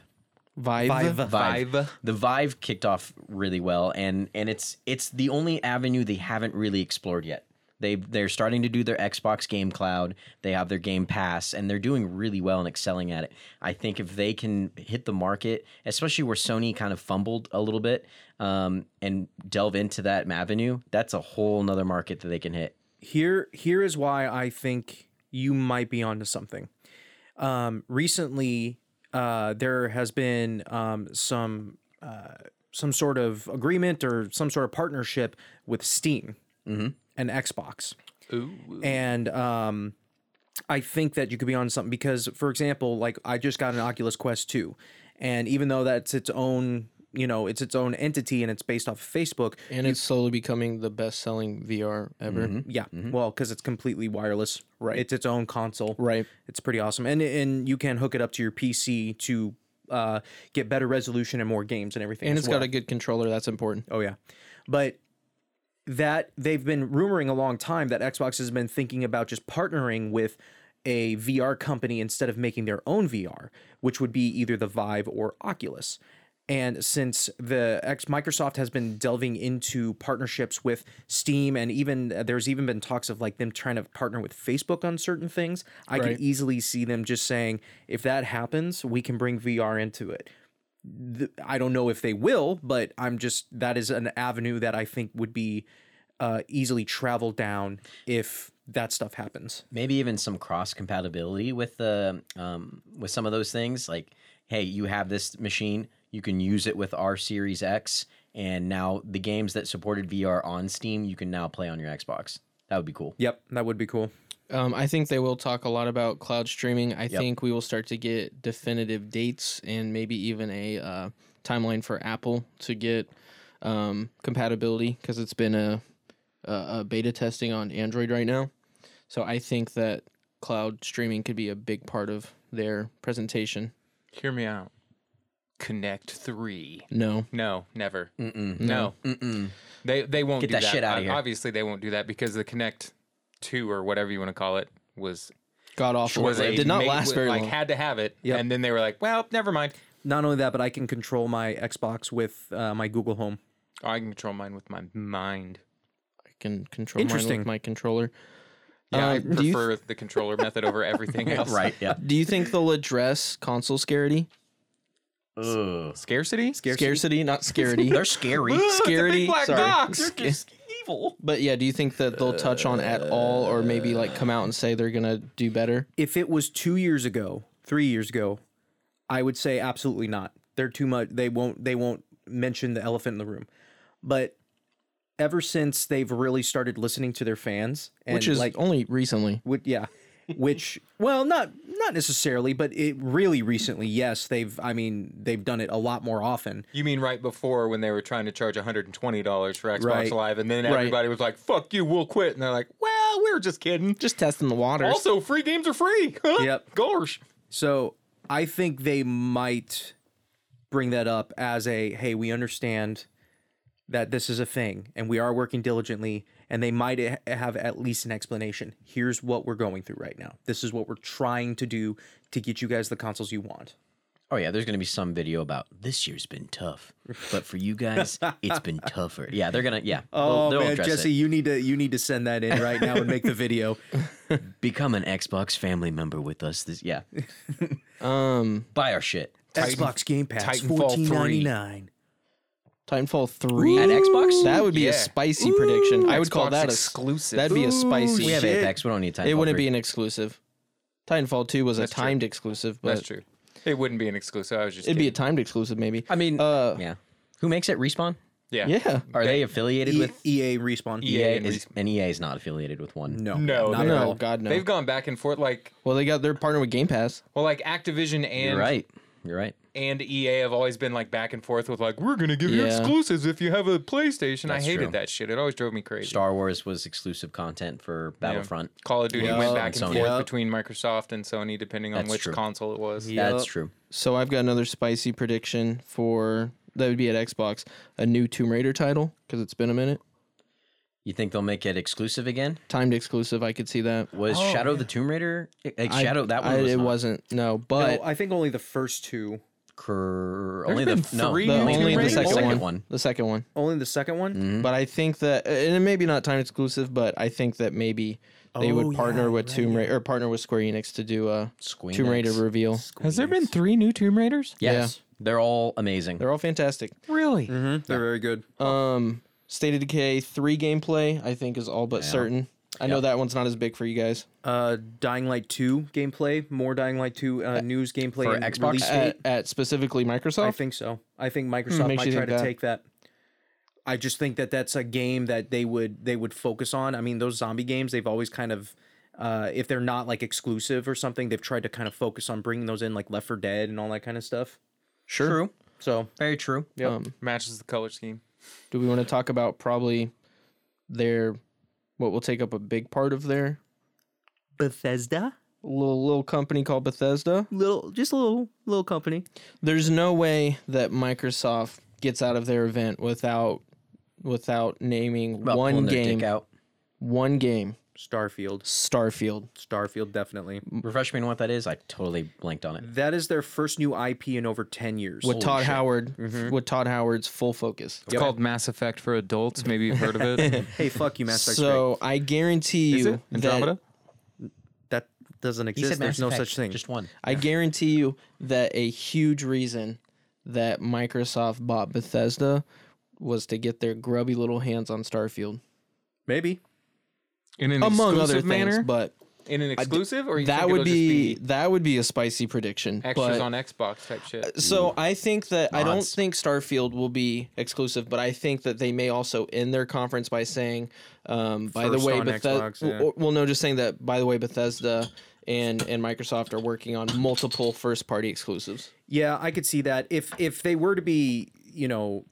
S3: Vive.
S1: Vive. The Vive kicked off really well, and and it's it's the only avenue they haven't really explored yet. They they're starting to do their Xbox Game Cloud. They have their Game Pass, and they're doing really well and excelling at it. I think if they can hit the market, especially where Sony kind of fumbled a little bit, um, and delve into that avenue, that's a whole nother market that they can hit.
S4: here here is why I think you might be onto something. Um, recently, uh, there has been um, some uh, some sort of agreement or some sort of partnership with Steam and Xbox,
S2: Ooh.
S4: and um, I think that you could be on something because, for example, like I just got an Oculus Quest 2, and even though that's its own, you know, it's its own entity and it's based off of Facebook,
S3: And it's slowly becoming the best selling VR ever.
S1: Mm-hmm.
S4: yeah, well, because it's completely wireless. Right. It's its own console.
S3: Right.
S4: It's pretty awesome, and and you can hook it up to your PC to uh, get better resolution and more games and everything.
S3: And
S4: as
S3: it's
S4: well.
S3: got a good controller. That's important.
S4: Oh yeah, but that they've been rumoring a long time that Xbox has been thinking about just partnering with a VR company instead of making their own VR, which would be either the Vive or Oculus. And since the X Microsoft has been delving into partnerships with Steam, and even uh, there's even been talks of like them trying to partner with Facebook on certain things, I
S3: Right.
S4: can easily see them just saying, if that happens, we can bring VR into it. I don't know if they will, but I'm just that is an avenue that I think would be uh, easily travel down if that stuff happens.
S1: maybe even some cross compatibility with the um, with some of those things like hey you have this machine you can use it with our series x and now the games that supported vr on steam you can now play on your xbox that would be cool
S4: Yep, that would be cool.
S3: Um, I think they will talk a lot about cloud streaming. I think we will start to get definitive dates and maybe even a uh, timeline for Apple to get um, compatibility because it's been a, a, a beta testing on Android right now. So I think that cloud streaming could be a big part of their presentation.
S2: Hear me out. Connect three.
S3: No,
S2: No, never. Mm-mm. No.
S1: Mm-mm.
S2: They they won't
S1: Get
S2: do
S1: that shit outta
S2: Ob-
S1: here.
S2: Obviously, they won't do that because the Connect two or whatever you want to call it was
S3: god awful.
S2: was
S3: It
S2: a
S3: did not
S2: made-
S3: last very
S2: like
S3: long.
S2: had to have it, and then they were like, well, never mind.
S4: Not only that, but I can control my Xbox with uh, my Google Home.
S2: "Oh, I can control mine with my mind.
S3: I can control mine
S4: Interesting.
S3: with my controller.
S2: Yeah, I
S3: Um, do you-
S2: prefer the controller method over everything else.
S1: right yeah
S3: Do you think they'll address console scaredy?
S1: Ugh.
S2: Scarcity.
S3: Scarcity, not scaredy.
S1: they're scary
S3: scaredy. sorry.
S1: evil
S3: But yeah, do you think that they'll touch on at all, or maybe like come out and say they're gonna do better?
S4: If it was two years ago, three years ago, I would say absolutely not. They're too much. They won't. They won't mention the elephant in the room. But ever since they've really started listening to their fans, and
S3: Which is
S4: like,
S3: like only recently.
S4: would yeah, which well, not not necessarily, but it really recently. Yes, they've. I mean, they've done it a lot more often.
S2: You mean right before when they were trying to charge $120 for Xbox
S4: Right.
S2: Live, and then everybody was like, fuck you, we'll quit. And they're like, well, we were just kidding.
S3: Just testing the waters.
S2: Also, free games are free.
S4: Yep.
S2: Gosh.
S4: So I think they might bring that up as a hey, we understand that this is a thing and we are working diligently and they might ha- have at least an explanation. Here's what we're going through right now. This is what we're trying to do to get you guys the consoles you want.
S1: oh yeah there's gonna be some video about this year's been tough but for you guys it's been tougher yeah they're gonna yeah they'll,
S4: Oh
S1: they'll
S4: man,
S1: address
S4: Jesse,
S1: it.
S4: you need to you need to send that in right now and make the video.
S1: become an xbox family member with us this yeah
S3: um,
S1: buy our shit
S4: Xbox Game Pass,
S2: Titanfall
S4: fourteen
S2: 3.
S4: ninety nine.
S3: Titanfall three
S1: At Xbox?
S3: That would be
S2: Yeah.
S3: a spicy prediction. I would call
S2: Xbox
S3: that a
S2: exclusive.
S3: That'd be a spicy.
S1: we have
S4: Shit.
S1: apex we don't need time
S3: Oh, it wouldn't be an exclusive. Titanfall two was a
S2: true.
S3: timed exclusive, but
S2: That's true. It wouldn't be an exclusive. I was just
S3: it'd be a
S2: kidding.
S3: timed exclusive maybe.
S1: I mean,
S3: Uh,
S1: yeah. Who makes it? Respawn?
S2: yeah.
S3: yeah.
S1: Are they affiliated
S4: E-
S1: with
S4: EA respawn.
S1: EA?
S2: EA and
S1: is, and EA is not affiliated with one.
S4: No,
S2: E
S4: not
S2: No, they're
S4: at
S3: No,
S4: all.
S3: God no.
S2: They've gone back and forth like
S3: well, they got they're partnered with Game Pass.
S2: well like Activision and
S1: You're right. You're right.
S2: and EA have always been like back and forth with like we're going to give you
S3: Yeah.
S2: exclusives if you have a PlayStation. I hated
S1: true.
S2: that shit. It always drove me crazy.
S1: Star Wars was exclusive content for Battlefront.
S2: Call of Duty went back and
S1: Sony.
S2: forth
S4: Yep.
S2: between Microsoft and Sony depending on
S1: That's
S2: which
S1: true.
S2: console it was.
S1: That's
S4: Yup.
S1: true.
S3: So I've got another spicy prediction for that would be at Xbox, a new Tomb Raider title because it's been a minute.
S1: You think they'll make it exclusive again?
S3: Timed exclusive, I could see that.
S1: Was
S4: Oh,
S1: Shadow the Tomb Raider? Like Shadow, that one
S3: I-
S1: was
S3: it
S1: not.
S3: wasn't. No,
S4: No,
S3: but
S4: I think only the first two.
S1: Cur- only the
S2: been
S1: f- no,
S2: three
S1: the
S2: Tomb
S1: only the
S2: Raiders.
S1: second,
S2: Second
S1: one.
S3: the second one.
S4: Only the second one.
S1: Mm-hmm.
S3: But I think that, and it may be not time exclusive, but I think that maybe they
S4: Oh,
S3: would partner
S4: yeah,
S3: with Tomb Raider or partner with Square Enix to do a
S1: Squeenix.
S3: Tomb Raider reveal.
S2: Has there been three new Tomb Raiders?
S1: Yes, they're all amazing.
S3: They're all fantastic.
S2: Really?
S4: Mm-hmm. They're very good.
S3: Um, State of Decay three gameplay, I think, is all but certain. I know that one's not as big for you guys.
S4: uh Dying Light 2 gameplay, more Dying Light 2 uh, news gameplay
S1: for
S4: and
S1: Xbox?
S4: release
S3: At,
S4: date.
S3: uh, at specifically Microsoft,
S4: I think so. I Hmm, think Microsoft
S3: makes
S4: might
S3: you
S4: try
S3: think
S4: to
S3: that.
S4: take that. I just think that that's a game that they would they would focus on. I mean, those zombie games they've always kind of uh, if they're not like exclusive or something, they've tried to kind of focus on bringing those in, like Left for Dead and all that kind of stuff.
S1: Sure. True.
S4: So
S1: Very true.
S3: um,
S2: Matches the color scheme.
S3: do we want to talk about probably their what will take up a big part of their
S4: Bethesda,
S3: little little company called Bethesda?
S4: little just a little little company.
S3: There's no way that Microsoft gets out of their event without without naming
S1: About
S3: one
S1: pulling their dick
S3: game,
S1: out.
S3: one game,
S4: Starfield,
S3: Starfield.
S4: Starfield definitely.
S1: Refresh me on what that is. I totally blanked on it.
S4: That is their first new IP in over ten years.
S3: With Todd Howard,
S1: Mm-hmm.
S3: with Todd Howard's full focus.
S2: It's called Mass Effect for adults. Maybe you've heard of it.
S4: Hey, fuck you, Mass Effect's great.
S3: So I guarantee
S2: Is it
S3: you that
S2: Andromeda?
S4: That doesn't exist.
S1: Mass
S4: There's no
S1: Effect,
S4: such thing.
S1: Just one.
S3: I guarantee you that a huge reason that Microsoft bought Bethesda was to get their grubby little hands on Starfield.
S4: Maybe.
S2: in an
S3: among
S2: exclusive
S3: other things,
S2: manner.
S3: but
S2: in an exclusive, or you
S3: that
S2: think
S3: would
S2: it'll
S3: be,
S2: just
S3: that would be a spicy prediction.
S2: be extras
S3: but-
S2: on Xbox type shit.
S3: So I think that I don't
S4: Odds.
S3: think Starfield will be exclusive, but I think that they may also end their conference by saying, um, by the
S4: First
S3: way,
S4: on
S3: Bethesda.
S4: Xbox, yeah.
S3: Well, no, just saying that. By the way, Bethesda and and Microsoft are working on multiple first party exclusives.
S4: Yeah, I could see that. If if they were to be, you know,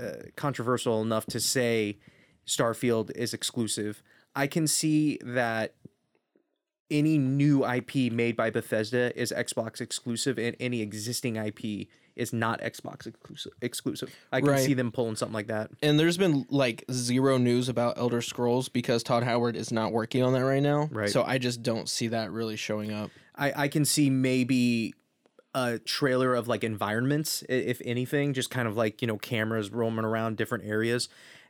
S4: uh, controversial enough to say Starfield is exclusive, I can see that any new IP made by Bethesda is Xbox exclusive, and any existing IP is not Xbox exclusive. Exclusive. I can
S3: Right.
S4: see them pulling something like that.
S3: And there's been like zero news about Elder Scrolls because Todd Howard is not working on that right now.
S4: Right.
S3: So I just don't see that really showing up.
S4: I I can see maybe a trailer of like environments i- if anything just kind of like you know cameras roaming around different areas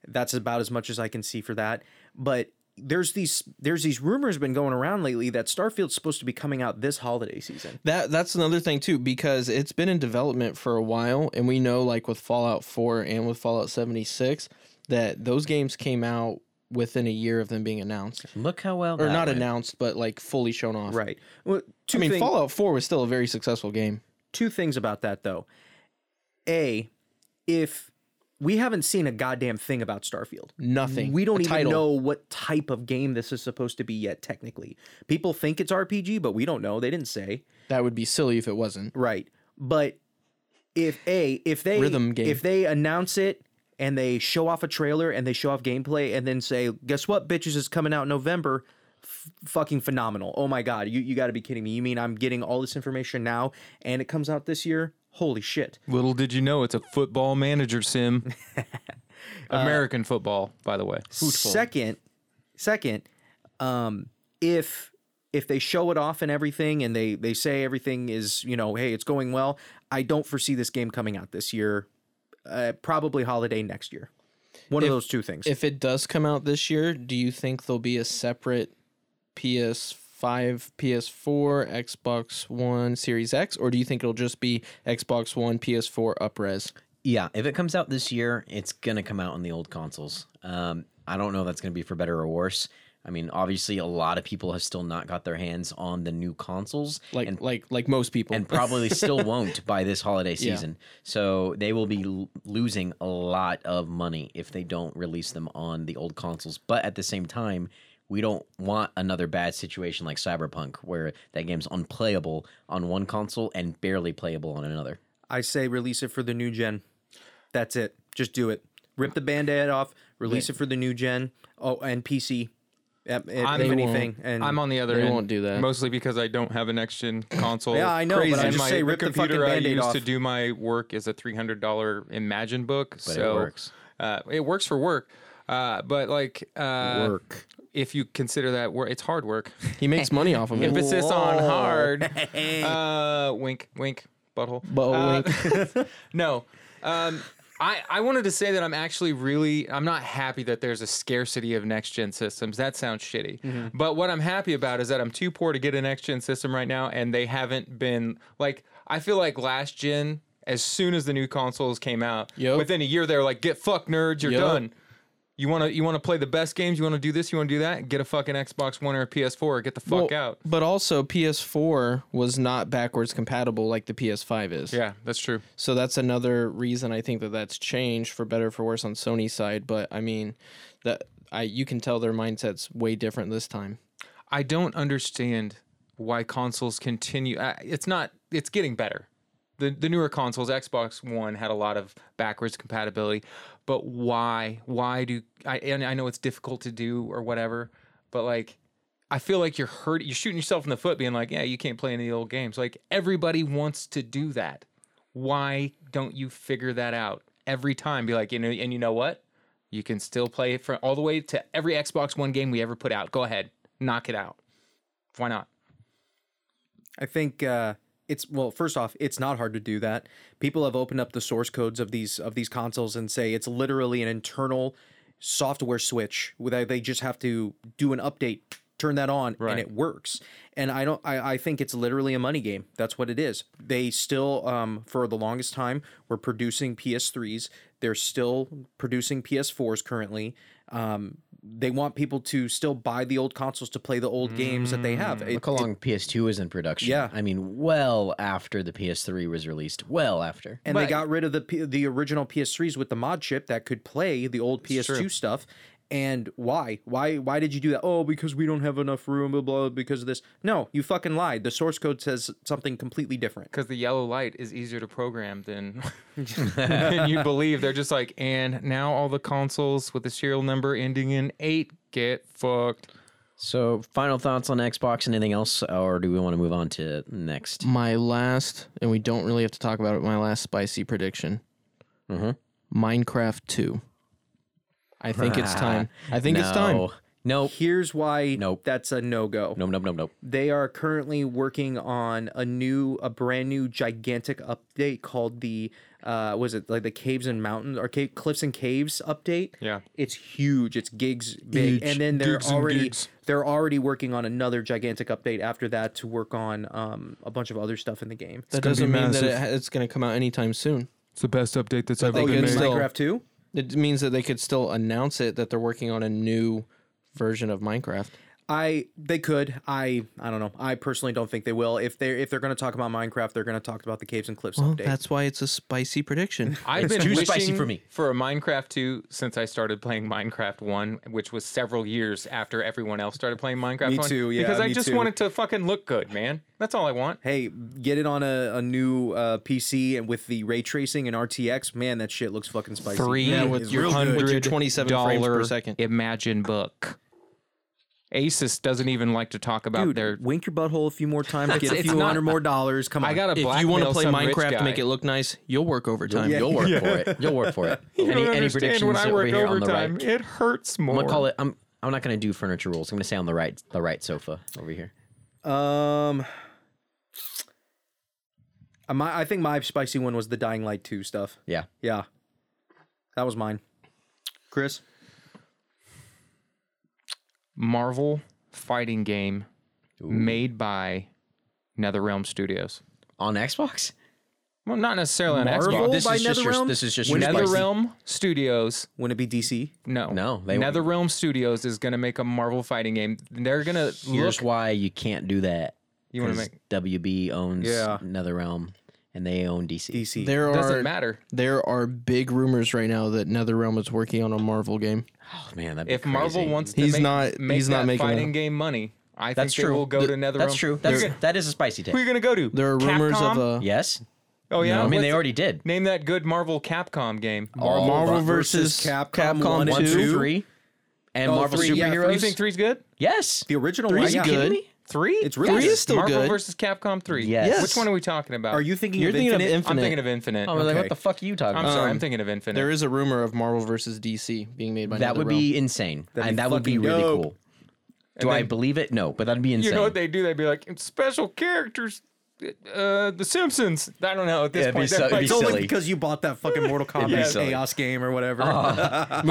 S4: that's about as much as i can see for that but there's these there's these rumors been going around lately that starfield's supposed to be coming out this holiday season
S3: That that's another thing too because it's been in development for a while, and we know like with Fallout Four and with Fallout seventy six that those games came out within a year of them being announced,
S1: Look how well.
S3: or
S1: that
S3: not
S1: went.
S3: announced, but like fully shown off.
S4: right well two
S3: I mean,
S4: thing-
S3: Fallout Four was still a very successful game.
S4: two things about that though a if we haven't seen a goddamn thing about starfield
S3: Nothing.
S4: We
S3: A
S4: don't even
S3: title.
S4: know what type of game this is supposed to be yet, technically. People think it's RPG, but we don't know. They didn't say.
S3: That would be silly if it wasn't.
S4: Right. But if A, if they
S3: Rhythm game.
S4: if they announce it and they show off a trailer and they show off gameplay and then say, guess what, bitches is coming out in November. F- fucking phenomenal. Oh my god, you, you gotta be kidding me. You mean I'm getting all this information now and it comes out this year? Holy shit.
S2: Little did you know, it's a football manager sim.
S4: Uh,
S2: American football, by the way.
S4: Second, second, um, if if they show it off and everything, and they they say everything is you know, hey, it's going well. I don't foresee this game coming out this year. Uh, probably holiday next year. One
S3: If-
S4: of those two things.
S3: If it does come out this year, do you think there'll be a separate PS five, PS four, Xbox One, Series X, or do you think it'll just be Xbox One, PS four, upres?
S1: Yeah, if it comes out this year, it's gonna come out on the old consoles. Um, I don't know if that's gonna be for better or worse. I mean, obviously, a lot of people have still not got their hands on the new consoles,
S3: like
S1: and,
S3: like like most people.
S1: and probably still won't by this holiday season. So they will be l- losing a lot of money if they don't release them on the old consoles. But at the same time, we don't want another bad situation like Cyberpunk, where that game's unplayable on one console and barely playable on another.
S4: I say release it for the new gen. That's it. Just do it. Rip the band-aid off. Release it for the new gen. Oh, and PC. Yep, if
S2: I'm- They
S4: anything. And
S2: I'm on the other
S3: They
S2: end.
S3: won't do that.
S2: Mostly because I don't have a next gen console.
S4: Yeah, I know, but
S2: Crazy.
S4: I just
S2: my,
S4: say rip the
S2: computer
S4: fucking
S2: I
S4: Band-Aid
S2: use
S4: off.
S2: to do my work is a three hundred dollar Imagine book.
S1: But
S2: so
S1: it works.
S2: Uh, it works for work. Uh, but like uh,
S4: work.
S2: if you consider that work, it's hard work.
S3: he makes money off of it.
S2: Emphasis on hard. uh, wink, wink, butthole.
S3: Butthole
S2: Uh, no. Um, I, I wanted to say that I'm actually really I'm not happy that there's a scarcity of next gen systems. That sounds shitty. But what I'm happy about is that I'm too poor to get a next gen system right now, and they haven't been like I feel like last gen. As soon as the new consoles came out,
S3: Yep.
S2: within a year they were like, "Get fucked, nerds! You're
S3: Yep.
S2: done." You want to you want to play the best games. You want to do this. You want to do that. Get a fucking Xbox One or a PS4. Get the fuck
S3: Well,
S2: out.
S3: But also, PS4 was not backwards compatible like the PS5 is.
S2: Yeah, that's true.
S3: So that's another reason I think that that's changed for better or for worse on Sony's side. But I mean, that I you can tell their mindset's way different this time.
S2: I don't understand why consoles continue. I- It's not. It's getting better. The the newer consoles, Xbox One had a lot of backwards compatibility, but why? Why do I? And I know it's difficult to do or whatever, but like. I feel like you're hurt. You're shooting yourself in the foot, being like, "Yeah, you can't play any of the old games." Like everybody wants to do that. Why don't you figure that out every time? Be like, you know, and you know what? You can still play it for all the way to every Xbox One game we ever put out. Go ahead, knock it out. Why not?
S4: I think uh, it's well. First off, it's not hard to do that. People have opened up the source codes of these of these consoles and say it's literally an internal software switch where they just have to do an update, turn that on,
S2: Right.
S4: and it works. And I don't. I, I think it's literally a money game. That's what it is. They still, um, for the longest time, were producing PS3s. They're still producing PS4s currently. Um, they want people to still buy the old consoles to play the old games that they have. It-
S1: Look how long PS2 was in production.
S4: Yeah.
S1: I mean, well after the PS3 was released. Well after.
S4: and they
S2: But-
S4: got rid of the P- the original PS3s with the mod chip that could play the old PS2
S2: true.
S4: stuff. And why? Why? Why did you do that? Oh, because we don't have enough room. Blah blah. Because of this. No, you fucking lied. The source code says something completely different.
S2: because the yellow light is easier to program than, than you believe. They're just like, and now all the consoles with the serial number ending in eight get fucked.
S1: So, final thoughts on Xbox? Anything else, or do we want to move on to next?
S3: My last, and we don't really have to talk about it. My last spicy prediction:
S1: Mhm.
S3: Minecraft Two. I think it's time. I think it's time.
S1: No. Nope.
S4: Here's why.
S1: Nope.
S4: That's a no go.
S1: Nope. Nope. Nope. Nope.
S4: They are currently working on a new, a brand new, gigantic update called the, uh, was it like the Caves and Mountains or cave, Cliffs and Caves update?
S2: Yeah.
S4: it's huge. It's gigs big,
S3: Huge.
S4: and then they're
S2: Gigs and
S4: already
S2: gigs.
S4: they're already working on another gigantic update after that to work on um a bunch of other stuff in the game.
S3: That
S2: gonna be
S3: doesn't mean that
S2: massive.
S3: it, ha- it's going to come out anytime soon.
S2: It's the best update that's ever
S3: they
S2: been
S3: could
S2: made.
S3: still-
S4: Oh, Minecraft too.
S3: It means that they could still announce it that they're working on a new version of Minecraft.
S4: I they could. I I don't know. I personally don't think they will. If they are if they're going to talk about Minecraft, they're going to talk about the Caves and Cliffs
S3: Well,
S4: update.
S3: that's why it's a spicy prediction.
S2: I've been
S1: too
S2: wishing
S1: spicy for me.
S2: for a Minecraft 2 since I started playing Minecraft 1, which was several years after everyone else started playing Minecraft
S4: Me
S2: 1.
S4: too, yeah,
S2: Because I
S4: me
S2: just
S4: too.
S2: wanted to fucking look good, man. That's all I want.
S4: Hey, get it on a, a new uh, PC and with the ray tracing and RTX. Man, that shit looks fucking spicy.
S3: Yeah, with your with your 27 frames per
S2: dollar
S3: second.
S2: Imagine book. Asus doesn't even like to talk about
S4: Dude,
S2: their.
S4: wink your butthole a few more times, get a
S2: it's
S4: few
S2: not-
S4: hundred more dollars. Come on.
S2: I got a
S3: If
S2: black.
S3: you want to play Minecraft to make it look nice, you'll work overtime.
S1: You'll work for it. You'll work for it. any any predictions over here on the right?
S2: It hurts more.
S1: I'm gonna call it. I'm. I'm not gonna do furniture rules. I'm gonna say on the right, the right sofa over here.
S4: Um, uh, my I think my spicy one was the Dying Light two stuff.
S1: Yeah.
S4: Yeah, that was mine. Chris,
S2: Marvel fighting game made by NetherRealm Studios.
S1: On Xbox.
S2: Well, not necessarily on
S4: Marvel?
S2: Xbox.
S1: This
S4: by
S1: is just your,
S4: NetherRealm?
S1: this is just your spicy.
S2: NetherRealm Studios.
S4: wouldn't it be DC?
S2: No,
S1: No, they-
S2: NetherRealm Studios is going to make a Marvel fighting game. They're going to look.
S1: Here's why you can't do that.
S2: You wanna
S1: 'cause
S2: make-
S1: WB owns
S4: Yeah.
S1: NetherRealm, and they own DC.
S4: DC.
S3: There
S2: Doesn't
S3: are
S2: matter.
S3: there are big rumors right now that NetherRealm is working on a Marvel game.
S1: Oh man, that'd be
S2: If Marvel
S1: crazy.
S2: wants to
S3: He's
S2: make,
S3: not-
S2: make
S3: he's
S2: that
S3: not making
S2: fighting
S3: it.
S2: game money, I
S1: that's
S2: think
S1: true.
S2: they will go
S1: Th-
S2: to NetherRealm.
S1: That's true. That's that is a spicy
S2: Who are you
S1: take.
S2: going to go to?
S3: There are rumors
S2: Capcom?
S3: of a
S1: Yes.
S2: Oh yeah.
S1: I mean,
S2: What's-
S1: they already did.
S2: name that good Marvel Capcom game.
S1: All
S3: Marvel
S1: of-
S3: versus
S4: Capcom
S3: Capcom,
S4: one and
S1: one,
S3: 2.
S1: two, three, and
S4: Oh,
S1: Marvel
S4: three, yeah,
S1: superheroes.
S4: three.
S2: You think three's good?
S1: Yes.
S4: the original
S3: Three's
S4: one. Yeah.
S3: good.
S2: Three?
S4: It's really
S3: Three
S4: good.
S3: is still
S2: Marvel
S3: good.
S2: versus Capcom three.
S1: Yes.
S2: Which one are we talking about?
S4: Are you thinking
S3: You're
S4: of
S3: thinking
S4: Infinite?
S3: of Infinite.
S2: I'm thinking of Infinite.
S1: Oh, like,
S4: Okay.
S1: what the fuck are you talking
S2: I'm
S1: about?
S2: sorry, I'm thinking of Infinite.
S3: There is a rumor of Marvel versus DC being made by
S1: That would
S3: NetherRealm.
S1: be insane.
S4: That'd be
S1: and that would be
S4: fucking
S1: really
S4: dope.
S1: cool. Do I
S2: then-
S1: believe it? No, but that'd be
S2: you
S1: insane.
S2: know what they do? They'd be like special characters. Uh, the Simpsons. I don't know at this
S1: Yeah, it'd be
S2: point.
S1: so-
S2: they're
S1: it'd be
S2: like-
S4: It's only
S1: Silly.
S4: because you bought that fucking Mortal Kombat
S1: silly. Uh-huh.
S4: Chaos game or whatever.
S3: moving
S1: All right.
S3: on.
S2: I didn't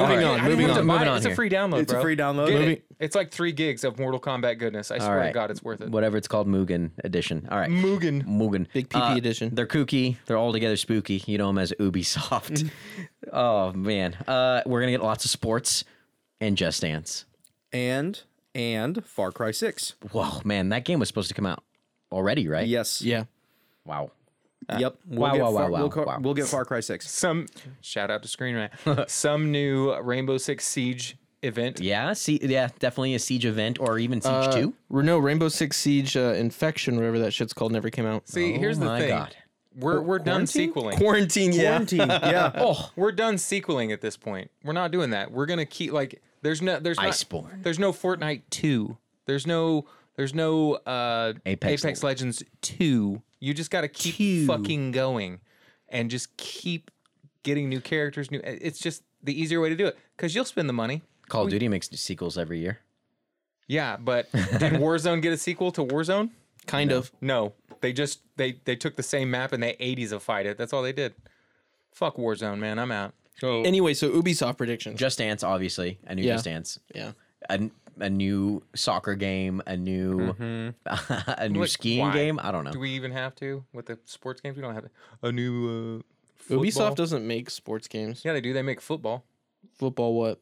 S3: Moving
S2: have to
S3: on.
S2: buy
S1: moving
S2: it.
S1: on
S2: It's a
S1: here.
S2: free download,
S4: It's a
S2: bro.
S4: free download.
S2: Get it.
S4: Moving-
S2: It's like three gigs of Mortal Kombat goodness. I
S1: All
S2: swear
S1: right.
S2: to God, it's worth it.
S1: Whatever it's called, Mugen edition. All right.
S2: Mugen.
S1: Mugen. Uh,
S3: Big PP edition.
S1: They're kooky. They're altogether spooky. You know them as Ubisoft. oh, man. Uh, we're going to get lots of sports and Just Dance.
S4: and and Far Cry Six.
S1: Whoa, man. That game was supposed to come out already, right?
S4: Yes.
S3: Yeah.
S1: Wow.
S4: Yep. We'll
S1: Wow,
S4: get
S1: wow,
S4: Far-
S1: wow, wow,
S4: we'll, co-
S1: wow.
S4: we'll get Far Cry Six.
S2: Some shout out to Screen Rant. Some new Rainbow Six Siege event.
S1: Yeah. See, yeah, definitely a Siege event or even Siege
S3: Uh,
S1: 2.
S3: No, Rainbow Six Siege uh, Infection, whatever that shit's called, never came out.
S2: See,
S1: Oh
S2: here's the
S1: my
S2: thing.
S1: God.
S2: We're we're done sequeling.
S3: Quarantine, yeah.
S4: Quarantine. Yeah.
S2: Oh, we're done sequeling at this point. We're not doing that. We're gonna keep like there's no there's not,
S1: Iceborne.
S2: There's no Fortnite two. There's no there's no uh,
S1: Apex
S2: Apex, Legends two. You just gotta keep fucking going, and just keep getting new characters. New. eh, It's just the easier way to do it because you'll spend the money.
S1: Call of Duty makes sequels every year.
S2: Yeah, but did Warzone get a sequel to Warzone?
S3: Kind of.
S2: No, they just they they took the same map and they 80s fight it. That's all they did. Fuck Warzone, man. I'm out.
S3: Anyway, so Ubisoft predictions.
S1: Just Dance, obviously. A new
S3: Yeah.
S1: Just Dance.
S3: Yeah.
S1: a, a new soccer game, a new a new
S2: Like,
S1: skiing
S2: why?
S1: game. I don't know.
S2: Do we even have to with the sports games? We don't have to. a new. Uh, football?
S3: Ubisoft doesn't make sports games.
S2: Yeah, they do. They make football.
S3: Football, what?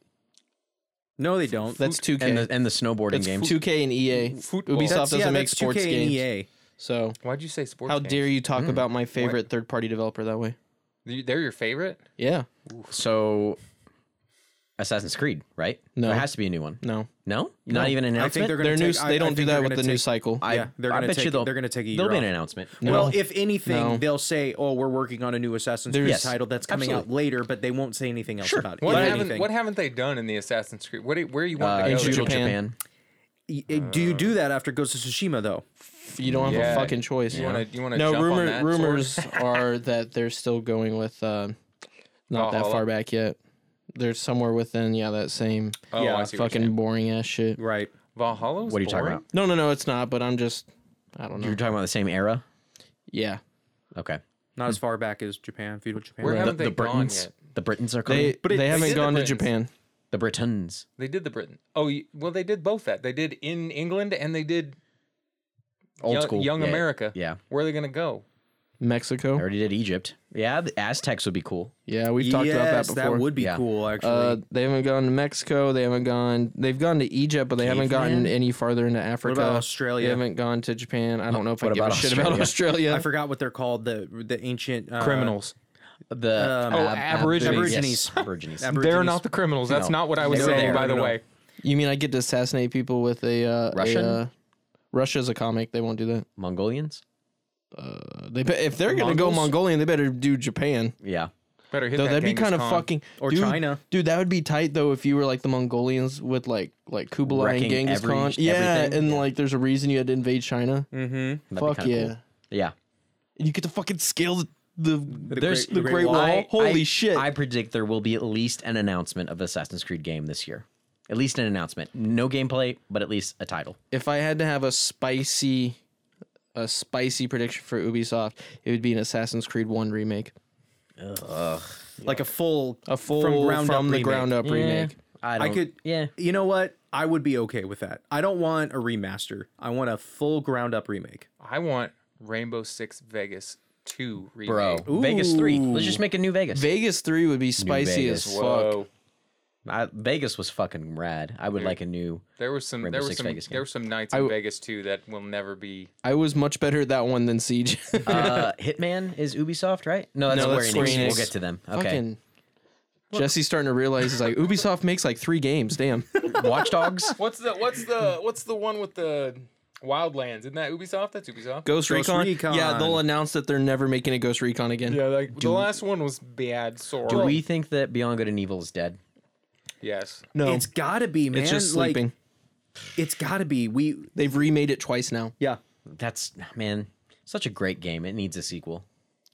S4: No, they don't.
S3: That's 2K.
S1: and the and the snowboarding games.
S3: 2K and EA.
S2: Football.
S3: Ubisoft
S2: That's-
S3: doesn't make sports
S4: 2K and E
S3: games.
S4: EA.
S3: So
S2: Why'd you say sports?
S3: how
S2: games?
S3: dare you talk about my favorite third-party developer that way?
S2: You- They're your favorite?
S3: Yeah.
S1: So, Assassin's Creed, right?
S3: No.
S1: there has to be a new one.
S3: No.
S1: No, not even an
S4: I
S1: announcement.
S4: think they're going
S3: Their
S4: to
S3: new.
S4: take, I-
S3: they
S4: I
S3: don't
S4: think
S3: do
S4: they're
S3: that with
S4: gonna
S3: the new
S4: take-
S3: cycle.
S1: I,
S4: yeah, they're
S1: I
S4: gonna
S1: bet you
S4: take-
S1: they'll-
S4: they're gonna take a year
S1: There'll be an
S4: off.
S1: announcement.
S4: Well,
S3: No.
S4: if anything,
S3: No.
S4: they'll say, "Oh, we're working on a new Assassin's Creed
S1: Yes.
S4: title that's coming
S1: Absolutely.
S4: out later," but they won't say anything else about it.
S2: What
S4: if
S2: haven't,
S4: anything.
S2: what haven't they done in the Assassin's Creed? What, do- where you want
S1: Uh,
S2: to go?
S1: in
S3: Ghost of
S1: Japan.
S3: Japan.
S4: Y- y- do you do that after Ghost of Tsushima though?
S3: You don't have
S2: Yeah.
S3: a fucking choice.
S2: You want to you wanna
S3: no
S2: jump
S3: rumor,
S2: on that sword?
S3: rumors are that they're still going with uh, not that
S2: Valhalla?
S3: far back yet. They're somewhere within yeah that same
S2: Oh,
S4: Yeah,
S2: I see what you're
S3: fucking
S2: saying.
S3: boring ass shit.
S4: Right.
S2: Valhalla was
S1: What are you talking
S2: boring?
S1: about?
S3: No, no, no, it's not. But I'm just I don't know.
S1: You're talking about the same era.
S3: Yeah,
S1: Okay.
S4: Not
S3: Hmm.
S4: as far back as Japan, feudal Japan.
S2: Where
S4: Right.
S2: haven't
S1: the,
S2: they
S1: the
S2: gone
S1: Britons.
S2: yet?
S1: The Britons are coming.
S3: they
S4: But it-
S3: they
S4: they
S3: haven't
S2: did the
S3: gone to
S2: Britons.
S3: Japan.
S1: the Britons.
S2: They did the Britain. Oh, y- well, they did both that. They did in England and they did
S1: Old
S2: Young,
S1: school.
S2: Young
S1: Yeah,
S2: America.
S1: Yeah.
S2: Where are they going to go?
S1: I
S3: Mexico.
S1: already did Egypt. Yeah, the Aztecs would be cool.
S3: Yeah, we've talked about that
S4: Yes,
S3: before.
S4: would be
S1: Yeah.
S4: cool actually.
S3: uh, they haven't gone to Mexico. They haven't gone. They've gone to Egypt, but they haven't gotten
S1: Caveman?
S3: any farther into Africa.
S4: Australia?
S3: They haven't gone to Japan. I don't know if I
S1: What
S3: give a
S1: about
S3: shit about Australia.
S4: I forgot what they're called. The the ancient uh,
S1: The
S4: Um,
S2: Oh,
S4: Ab-
S1: Aborigines.
S2: Aborigines.
S4: Aborigines.
S1: Aborigines.
S2: They're
S4: Aborigines.
S2: not the criminals. That's not what I was
S4: They were
S2: saying,
S4: there.
S2: by the
S4: No.
S2: way.
S3: You mean I get to assassinate people with a uh, a,
S1: Russian?
S3: uh, Russia's a comic. They won't do that.
S1: Mongolians.
S3: Uh, they be- if they're gonna go
S4: Mongols?
S3: Mongolian, they better do Japan.
S1: Yeah.
S2: Better hit
S3: Though
S2: that
S3: that'd be
S2: Genghis
S3: kind of
S2: Khan.
S3: fucking
S4: Or
S3: dude,
S4: China.
S3: dude. That would be tight though if you were like the Mongolians with like like Kublai
S1: Wrecking
S3: and Genghis
S1: every-
S3: Khan. Yeah,
S1: everything?
S3: and like there's a reason you had to invade China.
S1: That'd be
S3: Fuck
S1: kinda
S3: yeah,
S1: cool. Yeah.
S3: and you get to fucking scale the the,
S1: There's
S3: the Great Wall.
S1: I-
S3: Oh, Holy
S1: I-
S3: shit!
S1: I predict there will be at least an announcement of Assassin's Creed game this year. At least an announcement. No gameplay, but at least a title.
S3: if I had to have a spicy a spicy prediction for Ubisoft, it would be an Assassin's Creed One remake.
S4: like a full
S3: A full
S4: from
S3: from,
S4: ground up
S3: the
S4: remake.
S3: ground up remake.
S1: I,
S4: I
S1: don't-
S4: could
S1: Yeah.
S4: You know what? I would be okay with that. I don't want a remaster. I want a full ground up remake.
S2: I want Rainbow Six Vegas 2 remake.
S1: Bro, Vegas three. Let's just make a new Vegas.
S3: Vegas 3 would be spicy as
S1: Vegas.
S3: fuck.
S2: Whoa.
S1: I, Vegas was fucking rad. I would like a new.
S2: There was some
S1: Rainbow
S2: there was
S1: Six
S2: some
S1: Vegas game.
S2: there were some nights in Vegas too that will never be
S3: I was much better at that one than Siege.
S1: Uh, Hitman is Ubisoft, right? No, that's
S3: No,
S1: Square
S3: that's
S1: Enix.
S3: Square Enix.
S1: We'll get to them. Okay.
S3: Fucking Jesse's starting to realize he's like Ubisoft makes like three games. Damn.
S1: Watch Dogs.
S2: What's the what's the what's the one with the Wildlands? Isn't that Ubisoft? That's Ubisoft.
S3: Ghost, Recon.
S4: Recon.
S3: Yeah, they'll announce that they're never making a Ghost Recon again.
S2: Yeah, like the last one was bad. Sorry.
S1: Do we think that Beyond Good and Evil is dead?
S2: Yes.
S3: No,
S4: It's gotta be, man.
S3: it's just
S4: Like,
S3: sleeping.
S4: it's gotta be. We
S3: They've remade it twice now.
S4: yeah.
S1: That's man, such a great game. It needs a sequel.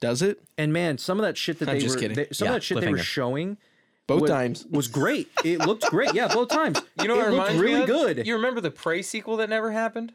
S3: Does it?
S4: And man, some of that shit that
S3: I'm
S4: they
S3: just
S4: were
S3: kidding.
S4: they- some
S1: Yeah,
S4: of that shit they were
S1: cliffhanger.
S4: showing
S3: Both
S4: was,
S3: times.
S4: was great. It looked great. Yeah, both times.
S2: You know
S4: it
S2: what
S4: looked
S2: reminds
S4: really
S2: me of?
S4: good.
S2: You remember the Prey sequel that never happened?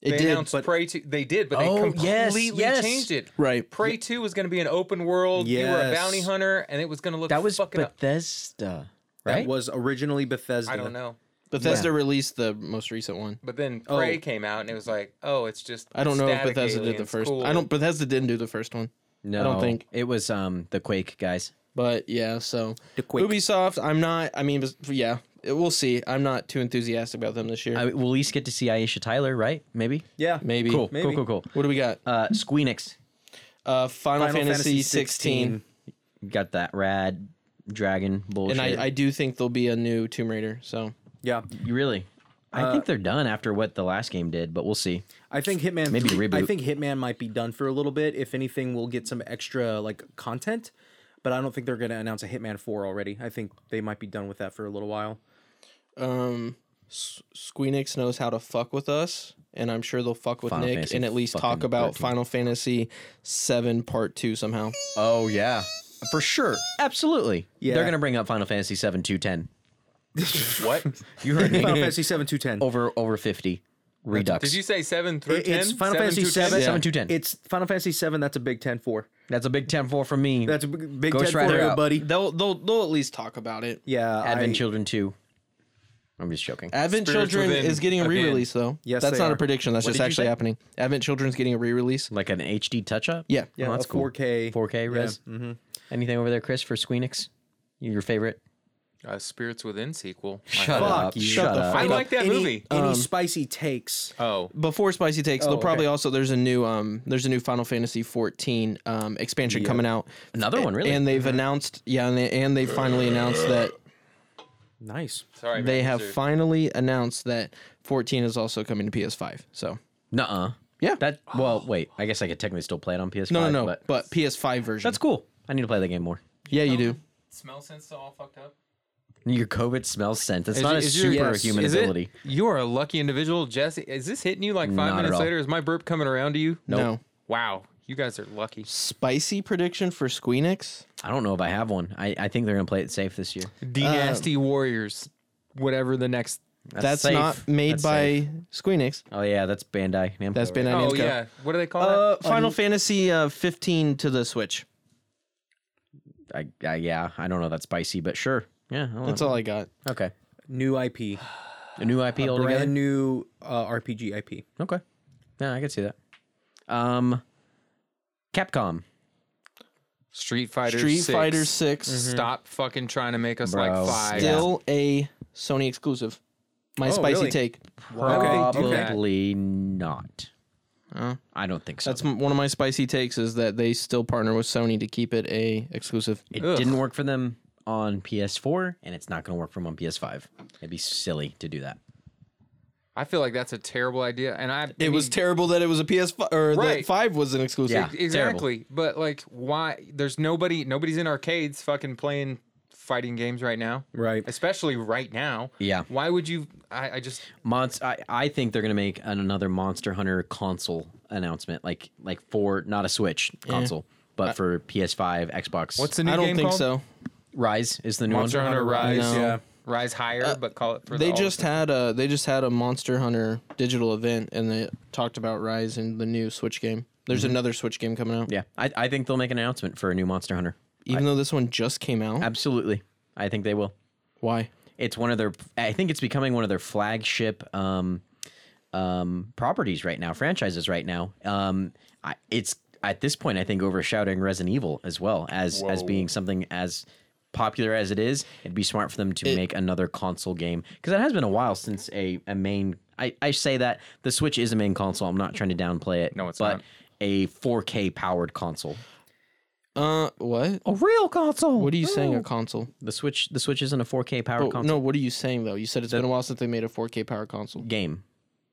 S3: It
S2: they
S3: did.
S2: announced
S3: but-
S2: Prey 2. They did, but they
S1: Oh, yes,
S2: completely
S1: yes.
S2: changed it.
S3: Right.
S2: Prey 2 was going to be an open world. You were a
S4: Yes.
S2: bounty hunter, and it was going to look
S1: That was
S2: fucking up.
S1: Bethesda,
S4: That
S1: right?
S4: was originally Bethesda.
S2: I don't know.
S3: Bethesda released the most recent one.
S2: But then Prey came out, and it was like, oh, it's just.
S3: Oh. I don't know if
S2: static
S3: Bethesda did the
S2: aliens,
S3: first.
S2: cool.
S3: I don't. Bethesda didn't do the first one.
S1: no,
S3: don't think.
S1: it was. Um, the Quake guys.
S3: But yeah, so
S4: The Quake.
S3: Ubisoft, I'm not. I mean, bes- yeah, it- we'll see. I'm not too enthusiastic about them this year.
S1: I, we'll at least get to see Aisha Tyler, right? Maybe.
S4: Yeah,
S3: Maybe.
S1: Cool.
S4: Maybe.
S1: Cool. Cool. Cool.
S3: What do we got?
S1: Uh, Squeenix
S3: Uh, Final,
S4: Final
S3: Fantasy,
S4: Fantasy
S3: 16,
S1: got that rad dragon bullshit.
S3: and I, I do think there'll be a new Tomb Raider. So
S4: Yeah,
S1: You really. I think they're done after what the last game did, but we'll see.
S4: I think Hitman.
S1: Maybe
S4: three-
S1: reboot.
S4: I think Hitman might be done for a little bit. If anything, we'll get some extra like content, but I don't think they're going to announce a Hitman four already. I think they might be done with that for a little while.
S3: um, S- Squeenix knows how to fuck with us, and I'm sure they'll fuck with
S1: Final
S3: Nick
S1: Fantasy
S3: and at least talk
S1: fucking
S3: about
S1: 13.
S3: Final Fantasy 7 Part 2 somehow.
S1: Oh yeah, for sure, absolutely.
S4: Yeah.
S1: they're gonna bring up Final Fantasy Seven two ten.
S2: What?
S1: You heard
S4: Final
S1: me.
S4: Fantasy seven two ten.
S1: over over fifty. Redux.
S2: Did you say 7 through 10?
S4: It's Final Fantasy
S2: through 10?
S4: seven.
S1: Yeah. Seven to ten.
S4: It's Final Fantasy seven. That's a big ten four.
S1: That's a big ten four from me.
S4: That's a big, big
S1: Ghost
S4: ten four,
S1: Rider
S4: good
S1: out.
S4: buddy.
S3: They'll they'll they'll at least talk about it.
S4: Yeah,
S1: Advent
S4: I-
S1: Children 2. I'm just joking.
S3: Advent
S2: Spirits
S3: Children
S2: Within
S3: is getting a
S2: again.
S3: re-release though.
S4: Yes,
S3: that's
S4: they
S3: not a
S4: are.
S3: prediction. That's just
S1: did you
S3: actually
S1: say?
S3: happening. Advent Children's getting a re-release.
S1: like an HD touch up?
S3: Yeah.
S4: Yeah,
S1: Oh, that's
S4: a
S1: cool.
S4: 4K.
S1: 4K res. Mm-hmm. Anything over there, Chris, for Squeenix? Your favorite?
S2: A Uh, Spirits Within sequel. I
S1: Shut
S2: hope.
S1: up.
S4: Fuck you.
S1: Shut
S3: Shut the
S1: up.
S3: fuck
S2: I like that
S4: any,
S2: movie.
S4: Any
S3: Um,
S4: spicy takes?
S2: Oh,
S3: Before Spicy Takes, they'll
S4: okay.
S3: probably also there's a new um there's a new Final Fantasy 14 um expansion coming out.
S1: Another one, really?
S3: And they've announced yeah, and they and they finally announced that
S4: Nice.
S2: sorry.
S3: they
S2: man,
S3: have
S2: these are-
S3: finally announced that 14 is also coming to PS5. So
S1: Nuh-uh.
S3: yeah,
S1: That well, wait. I guess I could technically still play it on PS5.
S3: no, no, no,
S1: But
S3: but, PS5 version.
S1: that's cool. I need to play the game more.
S3: yeah, you do.
S2: Smell sense all fucked up.
S1: Your COVID smell scent. It's
S2: Is
S1: not
S2: it-
S1: a
S2: is your-
S1: superhuman
S2: is it-
S1: ability.
S2: You're a lucky individual, Jesse. Is this hitting you like five
S1: Not at
S2: minutes
S1: all.
S2: later? Is my burp coming around to you?
S3: No.
S2: Wow, you guys are lucky.
S3: Spicy prediction for Squeenix?
S1: I don't know if I have one. I, I think they're gonna play it safe this year.
S4: Um,
S2: Dynasty Warriors, whatever the next.
S1: That's,
S3: That's,
S1: safe.
S3: not made
S1: That's
S3: by
S1: safe.
S3: Squeenix.
S1: Oh yeah, that's Bandai. Namco,
S3: That's
S1: right?
S3: Bandai
S2: Oh
S3: Namco.
S2: yeah, what do they call that?
S3: Uh, Final Fantasy uh, 15 to the Switch.
S1: I, I, yeah, I don't know that spicy, but sure. Yeah, I don't
S3: That's
S1: know.
S3: all I got.
S1: okay.
S4: New IP,
S1: A new IP altogether.
S4: brand new uh, RPG IP.
S1: Okay. Yeah, I can see that. Um, Capcom.
S2: Street Fighter.
S3: Street
S2: six.
S3: Fighter 6
S2: Stop fucking trying to make us
S1: Bro.
S2: like five.
S3: still a Sony exclusive.
S2: Oh,
S3: My spicy
S4: really?
S3: take.
S4: Okay,
S1: Probably
S2: okay.
S1: not.
S3: Oh.
S1: I don't think so.
S3: That's m- one of my spicy takes is that they still partner with Sony to keep it a exclusive.
S1: it
S2: Ugh.
S1: didn't work for them on PS4, and it's not going to work for them on PS5. It'd be silly to do that.
S2: I feel like that's a terrible idea, and I.
S3: It was terrible that it was a PS5 or
S2: Right.
S3: that 5 was an exclusive.
S1: Yeah.
S2: exactly, but like, why? There's nobody. Nobody's in arcades fucking playing fighting games right now.
S4: Right.
S2: Especially right now.
S1: Yeah.
S2: Why would you? I, I just.
S1: Monst- I, I think they're going to make an- another Monster Hunter console announcement, like like for not a Switch console, but for PS5, Xbox.
S2: What's the new
S3: I don't
S2: game
S3: think
S2: called?
S3: so.
S1: Rise is the new
S2: Monster
S1: one.
S2: Hunter Rise.
S3: No.
S4: Yeah.
S2: Rise higher, but call it for
S3: They
S2: the
S3: just had a they just had a Monster Hunter digital event and they talked about Rise and the new Switch game. There's another Switch game coming out.
S1: Mm-hmm. Yeah, I, I think they'll make an announcement for a new Monster Hunter.
S3: Even though this one just came out.
S1: Absolutely, I think they will.
S3: Why?
S1: It's one of their. I think it's becoming one of their flagship um, um, properties right now, franchises right now. Um, I, it's at this point, I think, overshadowing Resident Evil as well as as being something as popular as it is. It'd be smart for them to make another console game because it has been a while since a a main. I, I say that the Switch is a main console. I'm not trying to downplay it.
S2: No, it's
S1: but
S2: not.
S1: a 4K powered console,
S3: Uh what?
S1: a real console.
S3: What are you saying a console?
S1: The Switch the Switch isn't a 4K powered
S3: Oh,
S1: console
S3: no, what are you saying though? You said it's been a while since they made a 4K power console.
S1: game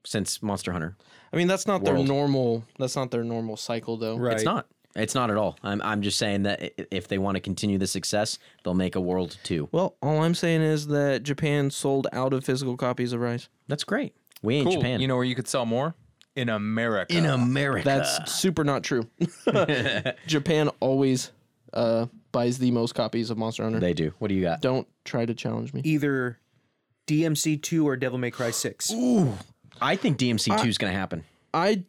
S1: since Monster Hunter.
S3: I mean, that's not their
S1: World.
S3: normal. That's not their normal cycle though.
S4: Right.
S1: It's not. It's not at all. I'm I'm just saying that i- if they want to continue the success, they'll make a World 2.
S3: Well, all I'm saying is that Japan sold out of physical copies of Rise.
S1: That's great. We ain't
S2: cool.
S1: Japan.
S2: You know where you could sell more in America.
S1: in America.
S3: That's super not true. Japan always uh, buys the most copies of Monster Hunter.
S1: they do. What do you got?
S3: Don't try to challenge me.
S4: Either DMC two or Devil May Cry six.
S1: I think DMC 2 is going to happen.
S3: I,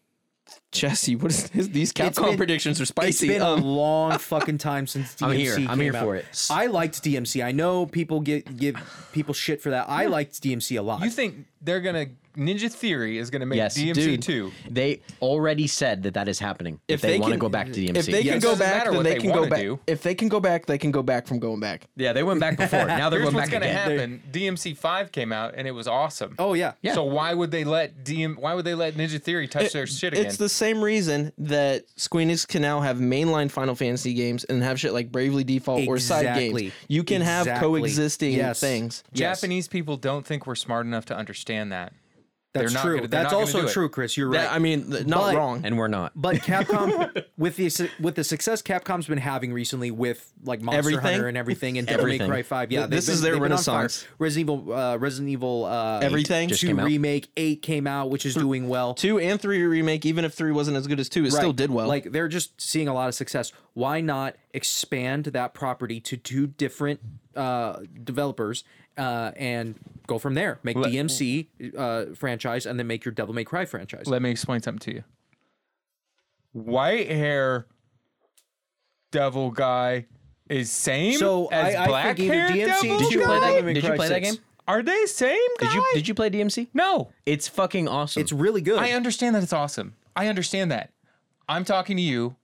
S3: Jesse, what is this? these Capcom
S4: been-
S3: predictions are
S4: It's
S3: spicy?
S4: been
S3: Um,
S4: a long fucking time since DMC
S1: I'm here. I'm
S4: came
S1: here
S4: out.
S1: for it.
S4: I liked DMC. I know people get give people shit for that. I liked DMC a lot.
S2: You think they're gonna Ninja Theory is gonna make
S1: Yes,
S2: DMC
S1: dude.
S2: two?
S1: They already said that that is happening. If, they,
S3: they
S1: want to
S3: can-
S1: go back to DMC.
S3: if they
S1: yeah.
S3: can
S2: Yes.
S3: go
S2: Doesn't
S3: back,
S2: matter
S3: then
S2: what
S3: they
S2: they
S3: can go
S2: wanna
S3: back.
S2: do.
S3: If they can go back, they can go back from going back.
S1: yeah, they went back before. Now they're
S2: Here's
S1: going
S2: what's
S1: back
S2: gonna
S1: again.
S2: happen. DMC five came out and it was awesome.
S4: Oh yeah.
S1: Yeah.
S2: So why would they let DM? Why would they let Ninja Theory touch their shit again?
S3: It's the same reason that Squeenix can now have mainline Final Fantasy games and have shit like Bravely Default or side
S4: Exactly.
S3: games. You can have
S4: Exactly.
S3: coexisting
S4: Yes.
S3: things.
S2: Japanese people don't think we're smart enough to understand that.
S4: That's
S2: They're not
S4: true.
S2: gonna- they're
S4: That's
S2: not gonna
S4: also
S2: do it.
S4: true, Chris. You're right.
S3: That- I mean, th- not
S4: But-
S3: wrong.
S1: And we're not.
S4: but Capcom, with the su- with the success Capcom's been having recently with like Monster
S3: Everything?
S4: Hunter and everything, and Devil May
S1: Everything.
S4: Cry Five, yeah,
S3: Th-
S4: they've
S3: this is
S4: been-
S3: their
S4: they've been on fire.
S3: renaissance.
S4: Resident Evil, uh, Resident Evil, uh,
S3: Everything?
S1: Just
S4: two
S1: came out.
S4: remake eight came out, which is doing well.
S3: Two and three remake, even if three wasn't as good as two, it still
S4: Right.
S3: did well.
S4: Like they're just seeing a lot of success. Why not expand that property to two different uh, developers uh, and go from there? Make DMC uh, franchise and then make your Devil May Cry franchise.
S2: Let me explain something to you. White hair, devil guy is same
S4: So
S2: as
S4: I, I
S2: black
S4: think either
S2: hair
S4: DMC.
S2: devil
S1: Did you
S2: guy?
S1: play that game?
S4: or Devil May
S1: Did you
S4: Cry
S1: play that
S4: 6.
S1: game?
S2: Are they same guy?
S1: Did you did you play DMC?
S2: No.
S1: It's fucking awesome.
S4: It's really good.
S2: I understand that it's awesome. I understand that. I'm talking to you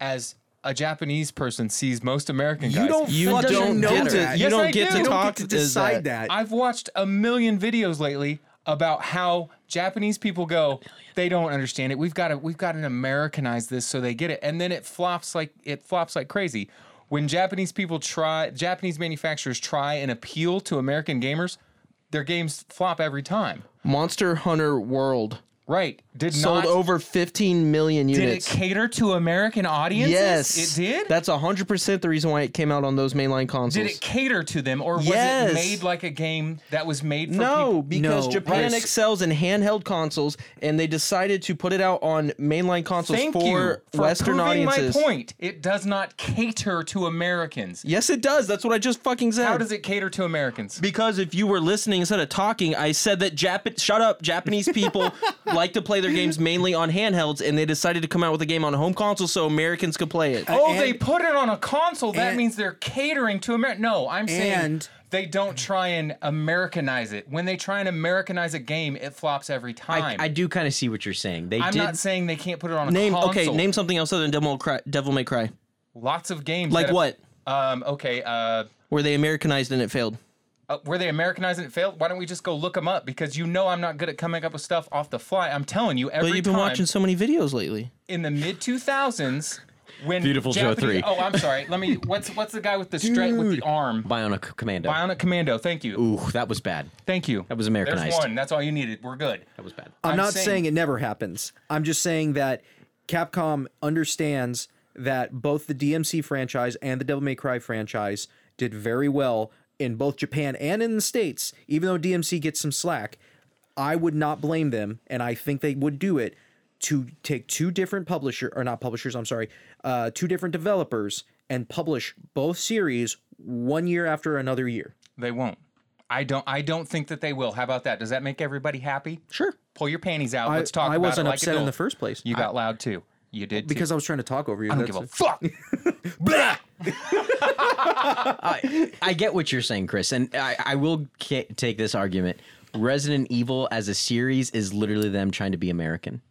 S2: as a Japanese person sees most American guys.
S4: You don't
S3: You
S4: fucking
S1: don't
S4: know
S1: get
S4: that.
S1: it.
S4: You
S2: Yes,
S3: you don't
S2: I
S3: get
S2: do. You
S3: to
S4: don't
S3: talk
S4: get to
S3: is
S4: decide that.
S2: Uh, I've watched a million videos lately about how Japanese people go. They don't understand it. We've got to we've got to Americanize this so they get it, and then it flops like it flops like crazy. When Japanese people try, Japanese manufacturers try and appeal to American gamers, their games flop every time.
S3: Monster Hunter World
S2: Right? Did
S3: sold
S2: not
S3: over 15 million
S2: did it
S3: units.
S2: cater to American audiences?
S3: yes,
S2: it did.
S3: That's 100% the reason why it came out on those mainline consoles.
S2: did it cater to them, or was
S3: Yes.
S2: it made like a game that was made for
S3: No,
S2: people?
S3: because
S4: No,
S3: Japan
S4: Chris.
S3: excels in handheld consoles, and they decided to put it out on mainline consoles
S2: Thank
S3: for,
S2: you for
S3: Western
S2: proving
S3: audiences.
S2: my point. It does not cater to Americans.
S3: Yes, it does. That's what I just fucking said.
S2: How does it cater to Americans?
S3: because if you were listening instead of talking, I said that Jap- shut up. Japanese people like to play their games mainly on handhelds, and they decided to come out with a game on a home console so Americans could play it.
S2: oh,
S4: and-
S2: they put it on a console. That
S4: and-
S2: means they're catering to America. No, I'm saying
S4: And-
S2: they don't try and Americanize it. When they try and Americanize a game, it flops every time.
S1: I do kind of see what you're saying. They
S2: am
S1: did.
S2: not saying they can't put it on a
S3: Name
S2: console.
S3: okay. Name something else other than Devil May Cry. Devil May Cry.
S2: lots of games.
S3: Like
S2: that-
S3: what?
S2: Um, okay. Uh,
S3: Where they Americanized and it failed.
S2: uh, were they Americanized and it failed? Why don't we just go look them up? Because you know I'm not good at coming up with stuff off the fly. I'm telling you, every
S3: But you've been
S2: time
S3: watching so many videos lately.
S2: in the mid 2000s when
S1: Beautiful Joe 3.
S2: Japanese- Oh, I'm sorry. Let me. What's what's the guy with the straight with the arm?
S1: Bionic Commando.
S2: Bionic Commando. Thank you.
S1: Ooh, that was bad.
S2: Thank you. That
S1: was Americanized.
S2: There's one. That's all you needed. We're good.
S1: That was bad.
S4: I'm,
S2: I'm
S4: not
S2: saying-
S4: saying, it never happens. I'm just saying that Capcom understands that both the DMC franchise and the Devil May Cry franchise did very well in both Japan and in the States, even though DMC gets some slack. I would not blame them, and I think they would do it to take two different publisher or not publishers, I'm sorry, uh, two different developers and publish both series one year after another year.
S2: They won't. I don't. I don't think that they will. How about that? Does that make everybody happy? Sure. Pull your panties out. Let's talk.
S4: I
S2: about
S4: wasn't
S2: it like
S4: upset in the
S2: adults.
S4: first place
S2: You got loud too. You did
S4: because I was trying to talk over you.
S2: Too. I don't give a fuck. Blah.
S1: I, I get what you're saying, Chris, and I, I will ca- take this argument. Resident Evil as a series is literally them trying to be American.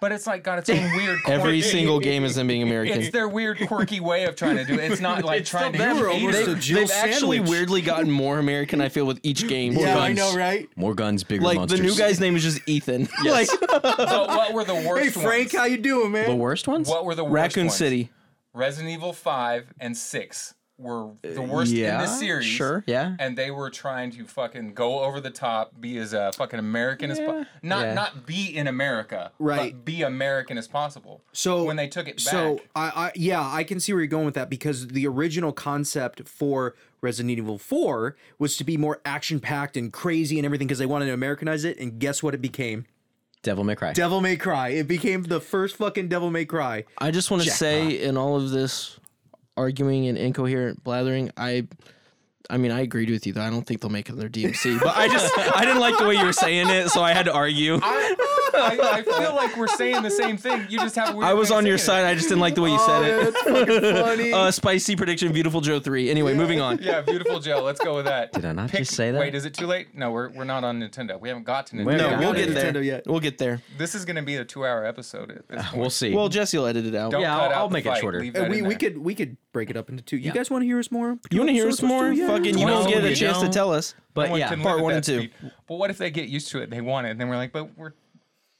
S2: But it's like got its own weird.
S3: Every
S2: quirky-
S3: single game is them being American.
S2: It's their weird, quirky way of trying to do it. It's not like trying to.
S4: better.
S2: cater-
S4: Almost a Jill
S3: They've actually
S4: sandwich.
S3: weirdly gotten more American. I feel with each game.
S1: Yeah,
S3: Like,
S1: I know,
S4: right?
S1: More guns, bigger
S3: Like
S1: monsters.
S3: the new guy's name is just Ethan. Like
S2: So what were the worst?
S4: Hey Frank,
S2: ones?
S4: how you doing,
S1: The
S4: man?
S1: worst ones?
S2: What were the worst
S3: Raccoon
S2: ones?
S3: City.
S2: Resident Evil 5 and 6 were the worst in
S1: Uh, yeah,
S2: this series.
S1: sure, yeah.
S2: And they were trying to fucking go over the top, be as uh, fucking American as possible. Not
S1: Yeah.
S2: not be in America,
S4: Right.
S2: but be American as possible.
S4: So
S2: when they took it back,
S4: so I, I yeah, I can see where you're going with that because the original concept for Resident Evil 4 was to be more action packed and crazy and everything because they wanted to Americanize it. And guess what? It became
S1: Devil May Cry.
S4: Devil May Cry. It became the first fucking Devil May Cry.
S3: I just want to say in all of this arguing and incoherent blathering, I I mean I agreed with you though. I don't think they'll make another DMC. But I just I didn't like the way you were saying it, so I had to argue. I,
S2: I, I feel like we're saying the same thing. You just have. A weird
S3: was
S2: way of
S3: on your
S2: saying it. Oh,
S3: side, I just didn't like the way you said it.
S4: that's fucking funny.
S3: Uh spicy prediction, beautiful Joe three. Anyway, moving on.
S2: Yeah, beautiful Joe. Let's go with that. Did
S1: I not just say that?
S2: Wait, is it too late? No, we're, we're not on Nintendo. We haven't got to Nintendo.
S3: No,
S4: Yeah,
S3: we'll
S4: not
S3: get
S4: on
S3: there.
S4: Nintendo yet.
S3: We'll get there.
S2: This is going to be a two-hour episode. At this point.
S1: We'll see.
S3: Well, Jesse will edit it out.
S2: Don't
S1: yeah,
S2: cut
S1: I'll-
S2: out
S1: I'll
S2: the
S1: make it
S2: fight.
S1: shorter.
S2: Leave
S4: And Uh,
S2: that
S4: we,
S2: in
S4: we
S2: there.
S4: could we could break it up into two. You guys want to hear us more?
S3: You want to hear us more?
S4: Yeah.
S3: Fucking, you don't
S2: Well,
S3: get
S2: you
S3: a chance to
S2: don't.
S3: tell us. But
S2: Someone
S1: yeah,
S2: can
S3: part
S2: live at
S3: one
S2: that
S3: and two.
S2: speed. But what if they get used to it? They want it. And then we're like, but we're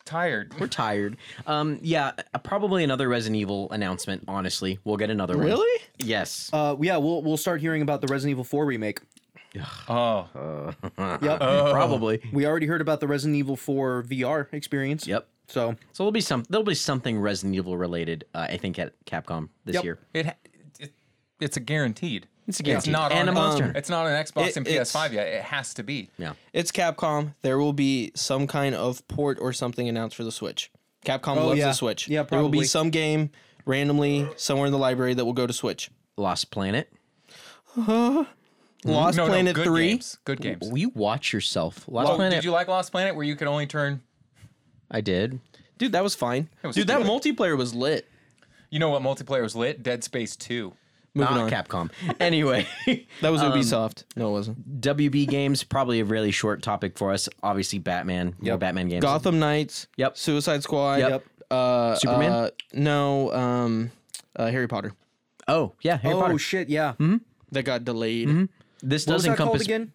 S2: tired.
S1: we're tired. Um, yeah, uh, probably another Resident Evil announcement. Honestly, we'll get another one.
S3: Really?
S1: Yes.
S4: Uh, yeah, we'll we'll start hearing about the Resident Evil 4 remake.
S2: Oh,
S4: Yep.
S1: probably.
S4: we already heard about the Resident Evil 4 VR experience.
S1: Yep.
S4: So
S1: So there'll be some. There'll be something Resident Evil related. Uh, I think at Capcom this
S4: Yep.
S1: year.
S2: it, ha- it it's a guaranteed. It's
S1: a guaranteed.
S2: not
S1: And
S2: on
S1: a Monster Hunter.
S2: It's not on Xbox
S3: It-
S2: and
S3: it's-
S2: PS5 yet. It has to be.
S1: Yeah.
S3: It's Capcom. There will be some kind of port or something announced for the Switch. Capcom loves
S4: yeah.
S3: the Switch.
S4: Yeah,
S3: There will be
S4: probably.
S3: some game randomly somewhere in the library that will go to Switch.
S1: Lost Planet.
S3: Lost
S2: Mm-hmm. No,
S3: Planet
S2: no, good
S3: 3.
S2: Games. Good games.
S1: Will you watch yourself? Lost
S2: Oh,
S1: Planet.
S2: did you like Lost Planet where you could only turn?
S1: I did.
S3: Dude, that was fine.
S2: was
S3: Dude, that
S2: good.
S3: multiplayer was lit.
S2: You know what multiplayer was lit? Dead Space 2.
S3: Moving
S1: Not
S3: on.
S1: Capcom. Anyway,
S3: That
S2: Um,
S3: was Ubisoft. No, it wasn't.
S1: WB games probably a really short topic for us. Obviously, Batman. More Batman games.
S3: Gotham Knights.
S1: Yep.
S3: Suicide Squad.
S1: Yep.
S3: Uh,
S1: Superman?
S3: uh, no. Um, uh, Harry Potter
S1: Oh yeah, Harry
S4: oh
S1: Potter.
S4: shit, yeah.
S3: that got delayed.
S2: Mm-hmm.
S1: this
S4: What was
S1: does
S4: that called
S1: encompass
S4: again?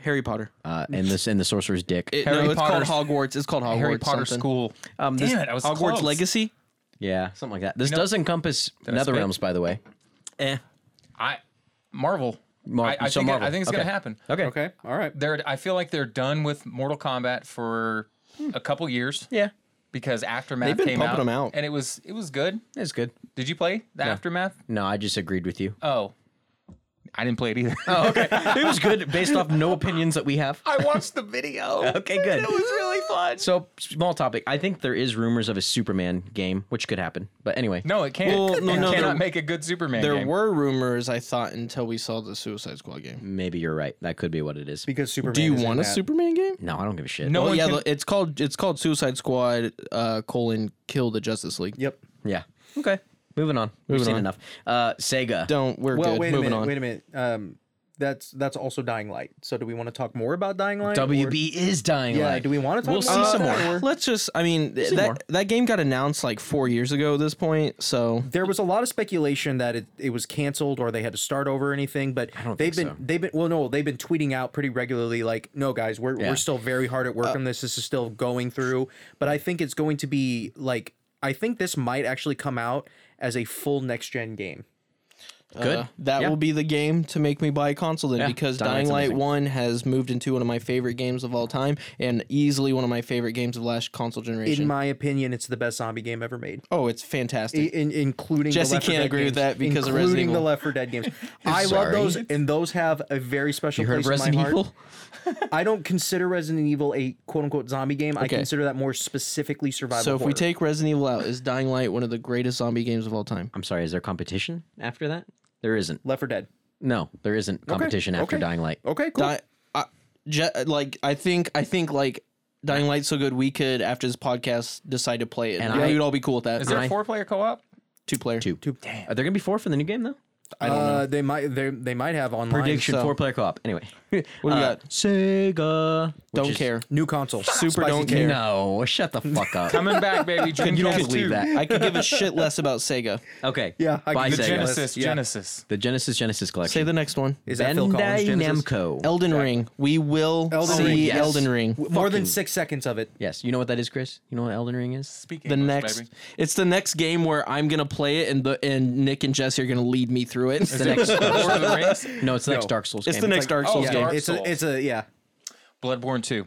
S3: Harry Potter.
S1: uh, and this and the sorcerer's dick.
S3: It-
S2: Harry
S3: no, it's
S2: Potter's-
S3: called Hogwarts. It's called Hogwarts.
S2: Harry Potter
S3: something.
S2: School.
S1: Um, this-
S2: Damn it, I was
S3: Hogwarts
S2: close.
S3: Legacy.
S1: yeah, something like that. This does encompass nether
S2: spit?
S1: realms, by the way.
S3: Eh.
S2: I Marvel.
S1: Mar-
S2: I, I
S1: so
S2: think
S1: Marvel.
S2: I think it's
S1: Okay.
S2: gonna happen.
S1: Okay.
S4: Okay, all right.
S2: They're I feel like they're done with Mortal Kombat for a couple years
S1: Yeah,
S2: because Aftermath
S3: They've been
S2: came
S3: pumping
S2: out,
S3: 'em out.
S2: and it was it was good.
S1: it's good.
S2: Did you play the Aftermath?
S1: No, I just agreed with you.
S2: Oh, I didn't play it either.
S1: Oh. it was good based off no opinions that we have.
S2: I watched the video.
S1: Okay, good.
S2: It was really fun.
S1: So small topic. I think there is rumors of a Superman game, which could happen. But anyway,
S2: No, it can't.
S3: Well,
S2: it
S3: no, no,
S2: cannot
S3: there-
S2: make a good Superman
S3: There
S2: game.
S3: were rumors, I thought, until we saw the Suicide Squad game.
S1: maybe you're right. That could be what it is.
S4: Because Superman.
S3: Do you
S4: is in
S3: want a
S4: that.
S3: Superman game?
S1: No, I don't give a shit.
S2: No
S3: Oh
S2: one
S3: yeah,
S2: can-
S3: the- it's called it's called Suicide Squad uh, colon Kill the Justice League.
S4: Yep.
S1: Yeah. Okay. Moving on. We've
S3: Moving
S1: seen
S3: on.
S1: enough. Uh, Sega.
S3: Don't we're
S4: Well,
S3: good.
S4: wait a
S3: Moving
S4: minute.
S3: on.
S4: Wait a minute. Um, that's that's also Dying Light. So do we want to talk more about Dying Light? or-
S1: WB is dying.
S4: Yeah.
S1: light.
S4: Do we want to talk?
S1: We'll
S4: more
S1: see
S4: about
S1: some
S4: that,
S1: more.
S4: or-
S3: Uh, Let's just I mean th- that
S1: more.
S3: that game got announced like 4 years ago at this point, so
S4: There was a lot of speculation that it, it was canceled or they had to start over or anything, but
S1: don't
S4: they've
S1: think
S4: been they've been well no they've been tweeting out pretty regularly like no guys we're
S1: Yeah.
S4: we're still very hard at work on this this is still going through but I think it's going to be like I think this might actually come out as a full next gen game.
S1: Good.
S3: uh, that
S1: Yeah.
S3: will be the game to make me buy a console then
S1: Yeah,
S3: because
S1: Dying
S3: Dying,
S1: Light's
S3: Light
S1: amazing.
S3: 1 has moved into one of my favorite games of all time and easily one of my favorite games of last console generation.
S4: In my opinion, it's the best zombie game ever made.
S3: oh, it's fantastic.
S4: I- In, including the
S3: Jesse
S4: Left 4
S3: can't
S4: Dead
S3: agree with
S4: games,
S3: that because of
S4: including
S3: Resident
S4: the
S3: Evil.
S4: Left 4 Dead games. I love
S1: Sorry.
S4: those, and those have a very special
S1: You heard
S4: place
S1: of Resident
S4: in my heart.
S1: Evil?
S4: I don't consider Resident Evil a quote unquote zombie game. I
S3: Okay.
S4: consider that more specifically survival.
S3: so if we
S4: horror.
S3: take Resident Evil out, is Dying Light one of the greatest zombie games of all time?
S1: I'm sorry. Is there competition after that? There isn't.
S4: Left 4 Dead,
S1: No, there isn't competition after
S4: okay.
S1: Dying Light.
S4: okay, cool.
S3: Di- I, Je- like I think I think like Dying Light's so good we could after this podcast decide to play it.
S1: And
S3: And
S1: I-
S3: we would all be cool with that.
S2: Is there
S1: I-
S2: a four player co op?
S3: two player?
S1: Two. Are there gonna be four for the new game though?
S4: I don't know. uh, They might they they might have online
S1: Prediction:
S3: so.
S1: four player co-op. Anyway,
S3: What do we got?
S1: Sega. which
S3: Don't
S1: is-
S3: care.
S4: new console.
S3: Super
S4: Spicy
S3: don't
S4: game.
S3: care.
S1: No, shut the fuck up.
S2: Coming back, baby. Dreamcast
S1: you don't
S2: 2.
S1: believe that?
S3: I could give a shit less about Sega.
S1: Okay.
S4: Yeah, I
S1: Bye,
S4: can-
S2: The
S1: Sega.
S2: Genesis.
S4: Yeah.
S2: Genesis.
S1: The Genesis Genesis collection.
S3: Say the next one.
S4: Is that Phil Collins?
S1: Bandai
S4: Genesis?
S1: Namco.
S3: Elden Ring. We will
S4: Elden
S3: see
S4: Ring, yes.
S3: Elden Ring.
S4: More than six seconds of it.
S1: yes, you know what that is, Chris. You know what Elden Ring is.
S2: Speaking
S3: The next, it's the next game where I'm gonna play it, and the and Nick and Jesse are gonna lead me through it. It's the next,
S2: Lord of the Rings,
S1: No, it's the next Dark Souls.
S3: it's
S1: game.
S3: the next Dark Souls
S2: oh,
S3: game.
S2: Dark-
S4: It's a
S2: Souls.
S4: it's a yeah.
S2: Bloodborne 2.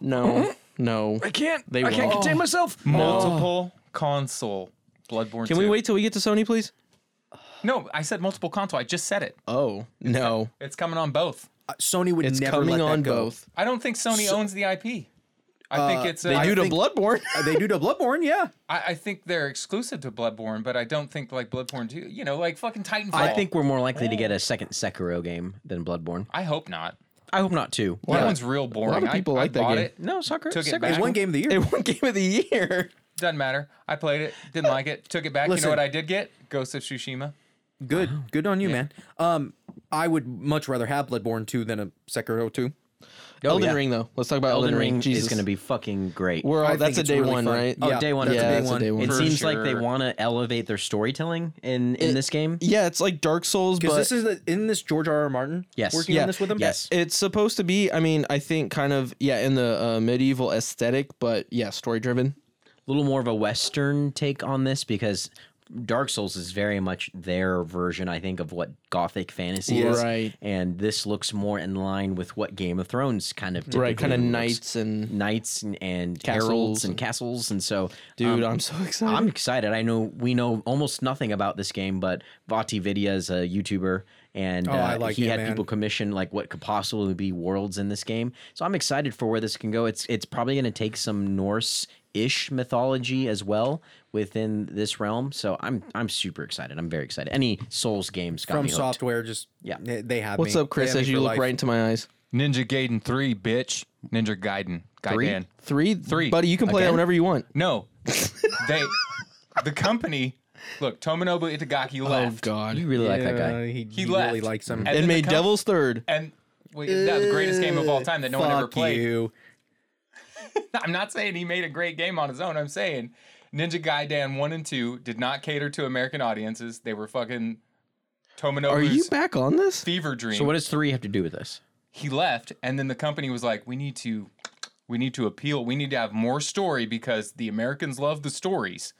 S3: No, no.
S2: I can't.
S3: They I can't won't. contain
S2: myself. Multiple console. Bloodborne
S3: Can
S2: 2.
S3: we wait till we get to Sony, please?
S2: No, I said multiple console. I just said it.
S3: Oh no,
S2: It's coming on both.
S4: Uh, Sony would
S3: it's
S4: never let
S3: coming
S4: that
S3: on
S4: go.
S3: both.
S2: I don't think Sony owns the IP. I think it's. Uh,
S3: They
S2: I
S3: do to
S2: think-
S3: Bloodborne.
S4: Uh, they do to Bloodborne, yeah.
S2: I, I think they're exclusive to Bloodborne, but I don't think like Bloodborne 2. You know, like fucking Titanfall.
S1: I think we're more likely to get a second Sekiro game than Bloodborne.
S2: I hope not.
S1: I hope not too.
S2: That one's real boring.
S3: of people
S2: I,
S3: like
S2: I
S3: that
S2: bought
S3: game.
S2: It.
S1: No, Sakura.
S2: Took it
S1: Sakura's
S2: back.
S4: It's
S1: cool.
S4: one game of the year.
S3: It won Game of the Year.
S2: Doesn't matter. I played it. Didn't like it. Took it back. you
S4: Listen.
S2: know what I did get? Ghost of Tsushima.
S4: Good, good on you, man. Um, I would much rather have Bloodborne two than a Sekiro two.
S3: Elden
S1: yeah.
S3: Ring, though. Let's talk about Elden,
S1: Elden Ring
S3: Jesus,
S1: is going to be fucking great.
S3: We're all,
S4: I think
S3: that's a
S4: it's
S3: day
S4: really
S3: one,
S4: fun.
S3: right?
S4: Oh,
S1: day one,
S3: Yeah,
S1: it's a
S4: day
S3: that's
S4: one.
S3: a day one.
S1: it
S2: for
S1: seems like they
S2: sure.
S1: want to elevate their storytelling in in this game.
S3: yeah, it's like Dark Souls, but
S4: Because this is the, in this George R. R. Martin
S1: Yes.
S4: working
S3: Yeah.
S4: on this with him.
S1: Yes.
S3: it's supposed to be. I mean, I think kind of yeah in the uh, medieval aesthetic, but yeah, story driven.
S1: a little more of a Western take on this because Dark Souls is very much their version, I think, of what Gothic fantasy is.
S3: Right.
S1: And this looks more in line with what Game of Thrones kind of
S3: Right, kind
S1: typically
S3: of
S1: looks.
S3: knights and
S1: knights and, and
S3: Castles
S1: heralds and
S3: and-
S1: castles. And so,
S3: dude.
S1: um,
S3: I'm so excited.
S1: I'm excited. I know we know almost nothing about this game, but Vati Vidya is a YouTuber, and uh,
S4: Oh, I like
S1: he
S4: him,
S1: had
S4: man.
S1: people commission like what could possibly be worlds in this game. So I'm excited for where this can go. It's it's probably going to take some Norse ish mythology as well within this realm. So I'm I'm super excited. I'm very excited. Any Souls games got
S4: from
S1: me hooked.
S4: software. Just
S1: Yeah.
S4: they, they have.
S3: What's
S4: me.
S3: up, Chris?
S4: They have
S3: As
S4: me
S3: you
S4: for
S3: look
S4: life.
S3: right into my eyes.
S2: Ninja Gaiden 3, bitch. Ninja Gaiden. Gaiden.
S3: Three,
S2: Three.
S3: buddy. You can play that
S2: Again?
S3: whenever you want.
S2: No. they the company look, Tomonobu Itagaki left.
S3: Oh, God,
S1: You really like that
S4: Uh,
S1: guy.
S4: he, he,
S2: left.
S4: really likes him.
S2: And-
S3: and
S2: then the
S3: made
S2: com-
S3: Devil's Third.
S2: And wait, that was the greatest game of all time that no one ever
S4: Fuck
S2: played.
S4: you.
S2: I'm not saying he made a great game on his own. I'm saying Ninja Gaiden 1 and 2 did not cater to American audiences. They were fucking Tominobu's
S3: Are you back on this?
S2: fever dream.
S1: So what does three have to do with this?
S2: he left and then the company was like we need to we need to appeal we need to have more story because the americans love the stories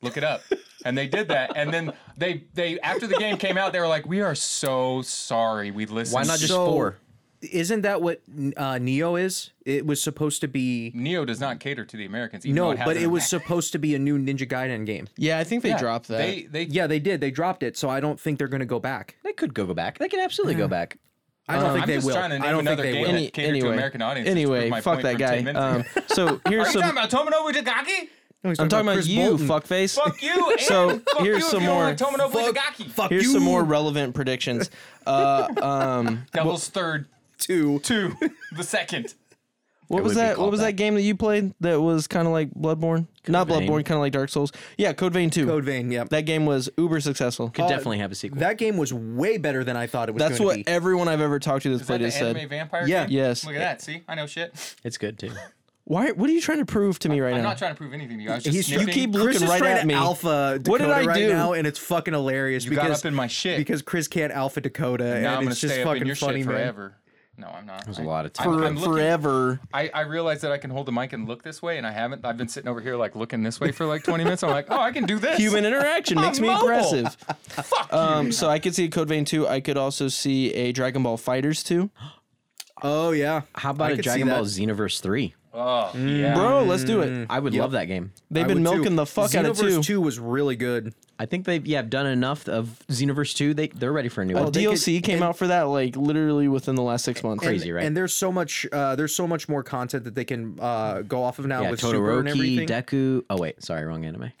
S2: look it up and they did that and then they they after the game came out they were like we are so sorry we listened
S1: Why not just
S4: So-
S1: four?
S4: Isn't that what uh, Neo is? It was supposed to be
S2: neo does not cater to the americans even though
S4: no,
S2: it has
S4: but
S2: an
S4: it was
S2: impact.
S4: supposed to be a new Ninja Gaiden game.
S3: Yeah, I think they
S2: Yeah,
S3: dropped that.
S2: they they
S4: Yeah, they did. They dropped it, so I don't think they're going to go back.
S1: They could go back. They could absolutely go back.
S4: I don't think
S2: Um, I'm
S4: they
S2: just
S4: will.
S2: trying to name
S4: I don't think
S2: another
S4: they
S2: game
S4: will.
S2: that catered to American audiences to
S3: Anyway,
S2: prove my
S3: fuck
S2: point
S3: that
S2: from 10
S3: guy.
S2: minutes
S3: Um, so here's
S2: are you
S3: some.
S2: talking about Tomino Itagaki?
S3: I'm talking about
S4: Chris
S3: you,
S4: Bolton.
S3: fuckface.
S2: Fuck you! And
S3: So,
S2: fuck
S3: here's
S2: you if
S3: some
S2: you don't
S3: more.
S2: like Tomino Itagaki.
S4: Fuck
S3: Here's
S4: you.
S3: some more relevant predictions. Uh, um,
S2: Devil's third
S4: two.
S2: two, the second.
S3: What was
S1: would be
S3: that? What
S1: called
S3: was
S1: that.
S3: that game that you played that was kind of like Bloodborne? Not
S1: Vein.
S3: Bloodborne, kind of like Dark Souls. Yeah, Code Vein 2.
S4: Code Vein, yep.
S3: That game was uber successful.
S1: Could definitely have a sequel.
S4: That game was way better than I thought it was
S3: That's
S4: going
S3: what
S4: to be.
S3: everyone I've ever talked to that's
S2: Is that
S3: played
S2: the
S3: has
S2: anime
S3: said.
S2: vampire?
S4: Yeah.
S2: game?
S3: Yes.
S2: Look at that. See, I know shit.
S1: it's good too.
S3: Why? What are you trying to prove to me right
S2: I'm
S3: now?
S2: not trying to prove anything to you. I was just
S4: He's,
S2: sniffing.
S3: you keep
S4: Chris
S3: looking
S4: is
S3: right
S4: trying
S3: at
S4: to
S3: me.
S4: alpha Dakota
S3: What did I
S4: right
S3: do?
S4: now, and it's fucking hilarious
S2: got
S4: because
S2: up in my shit.
S4: because Chris can't alpha Dakota,
S2: now I'm
S4: and
S2: gonna
S4: it's just
S2: stay up
S4: fucking
S2: in your
S4: funny,
S2: shit
S4: man.
S2: forever. No, I'm not. There's
S1: a lot of
S2: I'm,
S1: time.
S2: I'm looking,
S3: Forever.
S2: I, I realize that I can hold the mic and look this way, and I haven't. I've been sitting over here like looking this way for like 20 minutes. I'm like, oh, I can do this.
S3: Human interaction
S2: I'm
S3: makes me
S2: mobile.
S3: aggressive.
S2: Fuck you.
S3: Um, so I could see Code Vein 2. I could also see a Dragon Ball Fighters 2.
S4: Oh yeah,
S1: How about
S4: I
S1: a
S4: could see
S1: Dragon Ball
S4: that.
S1: Xenoverse three?
S2: Oh, yeah.
S3: Bro, let's do it.
S1: I would love that game.
S3: They've
S4: Mm, I
S3: been
S4: would, too.
S3: milking the fuck out of
S4: Xenoverse
S3: 2.
S4: Two was really good.
S1: I think they've yeah done enough of Xenoverse two. They they're ready for a new one.
S4: Oh, they could-
S3: DLC came out for that like literally within the last six months.
S1: Crazy, right?
S4: And there's so much, uh, there's so much more content that they can uh, go off of now
S1: yeah,
S4: with Super and everything.
S1: Todoroki, Deku. Oh wait, sorry, wrong anime.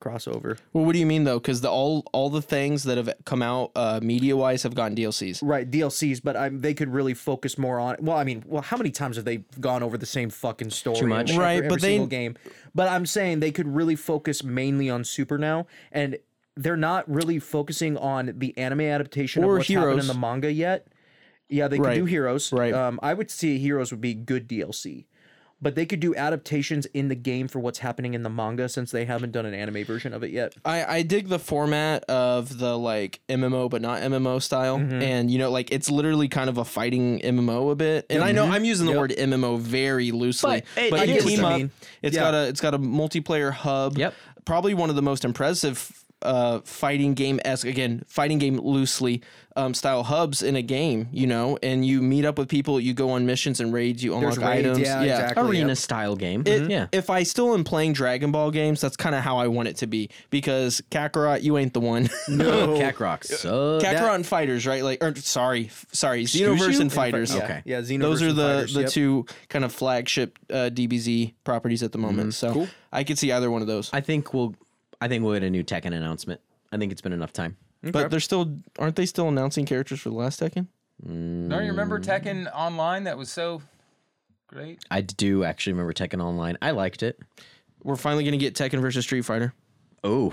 S4: Crossover,
S3: Well, what do you mean though? Because the all all the things that have come out uh, media wise have gotten DLCs.
S4: right? DLCs, but I'm, they could really focus more on. Well, I mean, well, how many times have they gone over the same fucking story? Too
S1: much.
S3: Right,
S4: every,
S3: but they-
S4: single game. But I'm saying they could really focus mainly on Super now, and they're not really focusing on the anime adaptation
S3: Or
S4: of what's happened in
S3: Heroes.
S4: the manga yet. Yeah, they could
S3: Right,
S4: do Heroes.
S3: right.
S4: Um, I would say Heroes would be good DLC. But they could do adaptations in the game for what's happening in the manga since they haven't done an anime version of it yet.
S3: I, I dig the format of the like MMO but not MMO style,
S4: Mm-hmm.
S3: and you know like it's literally kind of a fighting MMO a bit. And I know
S4: Mm-hmm.
S3: I'm using the word MMO very loosely,
S1: But
S3: but,
S1: it- I
S3: a
S1: get what
S3: team
S1: you
S3: up.
S4: mean.
S3: It's
S4: Yeah.
S3: got a it's got a multiplayer hub.
S1: Yep.
S3: probably one of the most impressive uh, fighting game esque again fighting game loosely um, style hubs in a game. You know, and you meet up with people, you go on missions and raids, you unlock
S4: There's raids,
S3: items.
S4: yeah, exactly.
S1: Arena style game.
S3: It-
S1: yeah.
S3: If I still am playing Dragon Ball games, that's kind of how I want it to be because Kakarot, you ain't the one.
S4: Oh.
S1: No. Oh, Kakarot
S4: Uh,
S1: sucks.
S3: Kakarot and Fighters, right? Like, or, sorry, f- sorry, Xenoverse and Fighters.
S4: Yeah,
S1: Okay.
S4: Yeah, Xenoverse
S3: Those are
S4: and
S3: the
S4: Fighters,
S3: the
S4: yep.
S3: two kind of flagship uh, DBZ properties at the moment. So I could see either one of those,
S1: I think we'll I think we'll get a new Tekken announcement. I think it's been enough time.
S3: but they're still aren't they still announcing characters for the last Tekken?
S2: Don't you remember Tekken Online? That was so great.
S1: I do actually remember Tekken Online. I liked it.
S3: We're finally gonna get Tekken versus Street Fighter.
S1: Oh,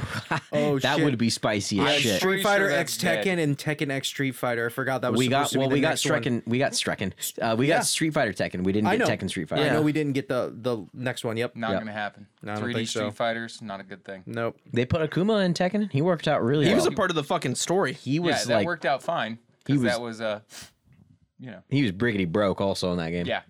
S4: Oh,
S1: that
S4: shit.
S1: would be spicy as
S2: I'm
S1: shit.
S2: sure-
S4: Street Fighter
S2: that's
S4: X
S2: dead.
S4: Tekken and Tekken X Street Fighter. I forgot that was
S1: We
S4: supposed
S1: got
S4: to be
S1: well,
S4: the
S1: we got
S4: next one.
S1: Stricken. We got Stricken. Uh, we
S4: Yeah.
S1: got Street Fighter Tekken. We didn't
S4: I
S1: get
S4: know.
S1: Tekken Street Fighter.
S4: I know we didn't get the the next one. Yep.
S2: Not
S1: Yeah.
S2: gonna happen.
S4: I don't
S2: 3D
S4: think so.
S2: Street Fighters, not a good thing.
S4: Nope.
S1: They put Akuma in Tekken. He worked out really
S3: He was
S1: well.
S3: a part of the fucking story.
S1: he
S2: Yeah,
S1: was
S2: that
S1: like
S2: worked out fine. Because
S1: was-
S2: that was uh, you know,
S1: he was briggity broke also in that game.
S2: yeah.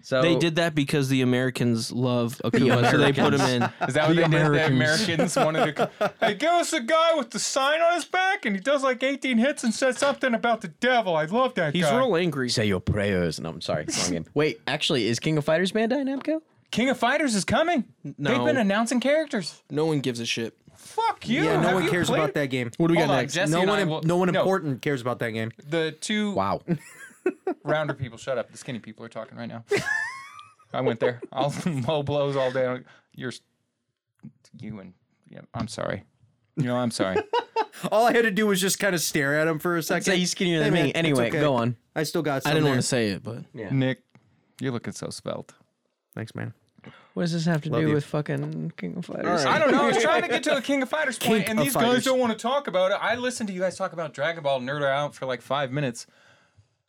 S1: So
S3: They did that because the Americans love Akuma, so they put him in.
S2: Is that what they did? The Americans wanted to. co- Hey, give us a guy with the sign on his back, and he does like 18 hits and says something about the devil. I love that
S3: He's
S2: guy.
S3: real angry.
S1: say your prayers. No, I'm sorry, wrong game. Wait, actually, is King of Fighters Bandai Namco?
S2: King of Fighters is coming. They've
S3: No.
S2: been announcing characters.
S3: No one gives a shit.
S2: Fuck you.
S4: Yeah, no
S2: Have
S4: one
S2: you
S4: cares
S2: played-
S4: about that game.
S3: What do we
S2: Hold
S3: got
S2: on,
S3: next?
S2: Jesse
S4: No
S2: and I
S4: one,
S2: will-
S4: no one important cares about that game.
S2: The two
S1: Wow.
S2: rounder people. Shut up. The skinny people are talking right now. I went there. I'll low blows all day. You're, you and yeah. I'm sorry. You know, I'm sorry.
S4: All I had to do was just kind of stare at him for a second.
S1: say he's skinnier than
S4: Hey,
S1: me.
S4: man, it's
S1: Anyway,
S4: okay.
S1: go on.
S4: I still got. Some
S3: I didn't want
S4: there.
S3: to say it, but
S2: Nick, you're looking so svelte.
S4: Thanks, man.
S1: What does this have to
S4: Love
S1: do
S4: you.
S1: with fucking King of Fighters?
S2: I don't know. I was trying to get to a King of Fighters point,
S3: King
S2: and
S3: of
S2: these
S3: Fighters.
S2: guys don't want to talk about it. I listened to you guys talk about Dragon Ball, nerd out for like five minutes.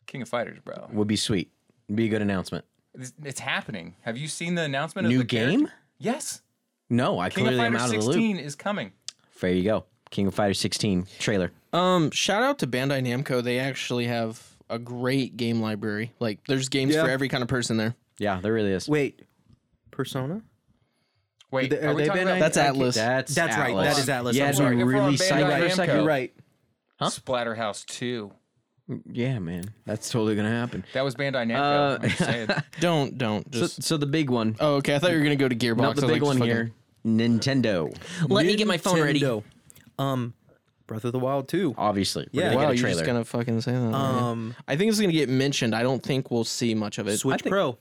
S2: King of Fighters, bro.
S1: Would be sweet. Be a good announcement.
S2: It's, it's happening. Have you seen the announcement? of
S1: New
S2: the character?
S1: game?
S2: Yes.
S1: No, I
S2: King of
S1: clearly am
S2: Fighter
S1: out of the loop.
S2: 16 is coming.
S1: There you go. King of Fighters 16 trailer.
S3: Um, shout out to Bandai Namco. They actually have a great game library. Like, there's games
S4: Yeah.
S3: for every kind of person there.
S1: Yeah, there really is.
S4: Wait, Persona?
S2: Wait,
S4: Are they-
S2: are we
S4: are they
S2: talking about
S4: Bandai-
S3: That's
S4: I
S3: Atlas.
S1: That's
S4: That's right,
S1: Atlas.
S4: that is Atlas,
S1: Yeah,
S4: I'm
S1: we
S4: sorry.
S2: If we're on
S1: really
S2: Bandai
S1: psyched for a
S2: Namco.
S1: second.
S4: You're right.
S2: Splatterhouse 2.
S1: Yeah, man, that's totally gonna happen.
S2: That was Bandai Namco. I'm just saying.
S3: Don't don't
S1: So,
S3: just.
S1: so the big one,
S3: oh, okay. I thought you were gonna go to Gearbox.
S1: not the
S3: I was
S1: big
S3: like,
S1: one
S3: fucking-
S1: here. Nintendo. Let me get my phone ready.
S4: Nintendo. Um, Breath of the Wild 2.
S1: Obviously, we're
S4: Yeah.
S1: gonna
S3: Wow,
S1: get a
S3: you're
S1: trailer.
S3: just gonna fucking say that. aren't you?
S1: Uh,
S4: Um,
S3: I think it's gonna get mentioned. I don't think we'll see much of it.
S4: Switch Pro.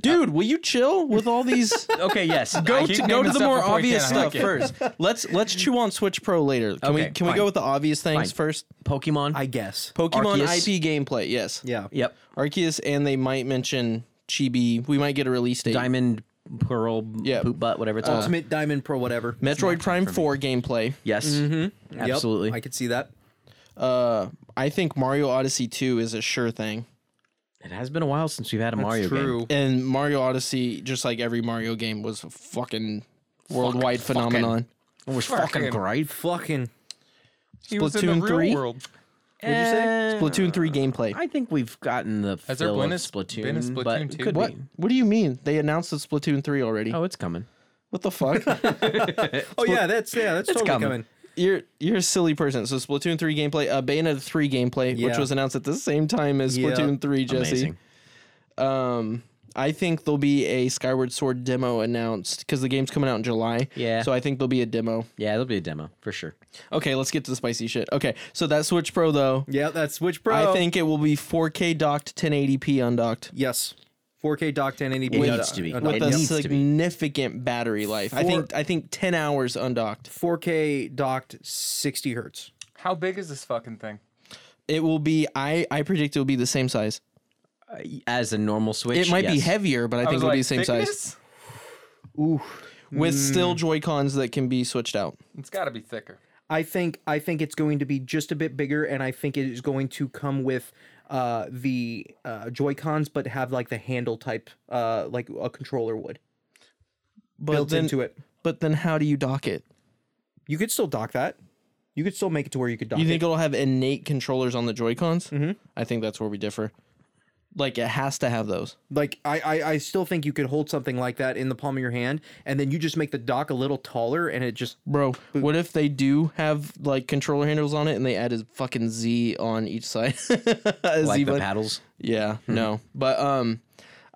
S3: Dude, will you chill with all these?
S1: Okay, yes.
S3: go
S1: I-
S3: to
S2: keep
S3: go to
S2: naming
S3: the
S2: stuff
S3: more
S2: before we
S3: obvious
S2: can, I like
S3: stuff first. Let's let's chew on Switch Pro later. Can we
S1: Okay,
S3: can we
S1: fine.
S3: go with the obvious things
S1: Fine.
S3: first?
S1: Pokemon.
S4: I guess.
S3: Pokemon
S1: Arceus.
S3: IP gameplay. Yes.
S4: yeah.
S1: yep.
S3: Arceus, and they might mention Chibi. We might get a release date.
S1: Diamond, Pearl,
S3: Yeah.
S1: Poop Butt, whatever it's called.
S4: Ultimate Diamond Pro, whatever.
S3: Metroid Prime Four gameplay.
S1: Yes.
S4: mm-hmm. Yep,
S1: Absolutely.
S4: I could see that.
S3: Uh, I think Mario Odyssey Two is a sure thing,
S1: It has been a while since we've had a Mario game.
S3: and Mario Odyssey, just like every Mario game, was a fucking worldwide phenomenon.
S1: It was Oh, fucking great.
S4: Fucking.
S2: He was in the
S3: Splatoon
S2: real
S3: 3?
S2: world.
S1: Eh,
S3: Splatoon Three gameplay.
S1: I think we've gotten the
S2: Has there
S1: fill
S2: been
S1: of
S2: a- been a
S1: Splatoon,
S2: Splatoon
S1: but it
S2: two?
S1: could
S3: what?
S1: be.
S3: What do you mean? They announced it's Splatoon Three already.
S1: Oh, it's coming.
S3: What the fuck?
S4: Oh, yeah, that's yeah, that's totally
S1: coming.
S4: coming.
S3: you're you're a silly person. So Splatoon Three gameplay, uh, Bayonetta Three gameplay, which
S4: Yeah.
S3: was announced at the same time as
S4: Yeah.
S3: Splatoon Three. Jesse.
S1: Amazing.
S3: Um, I think there'll be a Skyward Sword demo announced because the game's coming out in July.
S1: Yeah.
S3: So I think there'll be a demo.
S1: Yeah, there'll be a demo for sure.
S3: Okay, let's get to the spicy shit. Okay, so that Switch Pro though,
S4: Yeah, that's Switch Pro.
S3: I think it will be 4K docked, 1080p undocked.
S4: Yes. 4K docked and any uh,
S1: It needs to be.
S3: With
S1: It
S3: a
S1: needs to be.
S3: significant battery life. I
S4: Four-
S3: think I think 10 hours undocked.
S4: 4K docked 60 hertz.
S2: How big is this fucking thing?
S3: It will be I I predict it will be the same size.
S1: As a normal Switch,
S3: It might be
S1: yes.
S3: heavier, but I, think
S2: was
S3: it'll be
S2: like,
S3: the same size
S2: thickness?
S3: with
S4: Mm.
S3: still Joy-Cons that can be switched out.
S2: It's got to be thicker.
S4: I think I think it's going to be just a bit bigger, and I think it is going to come with uh the uh joy cons but have like the handle type uh like a controller would
S3: But
S4: built
S3: then,
S4: into it
S3: But then how do you dock it?
S4: you could still dock that you could still make it to where you could dock
S3: You
S4: it.
S3: think it'll have innate controllers on the Joy Cons? Mm-hmm. I think that's where we differ. Like it has to have those.
S4: Like I, I, I still think you could hold something like that in the palm of your hand, and then you just make the dock a little taller, and it just
S3: Bro, what if they do have like controller handles on it and they add a fucking Z on each side? A Z
S1: like the
S3: button.
S1: paddles.
S3: Yeah,
S4: Hmm.
S3: no. But um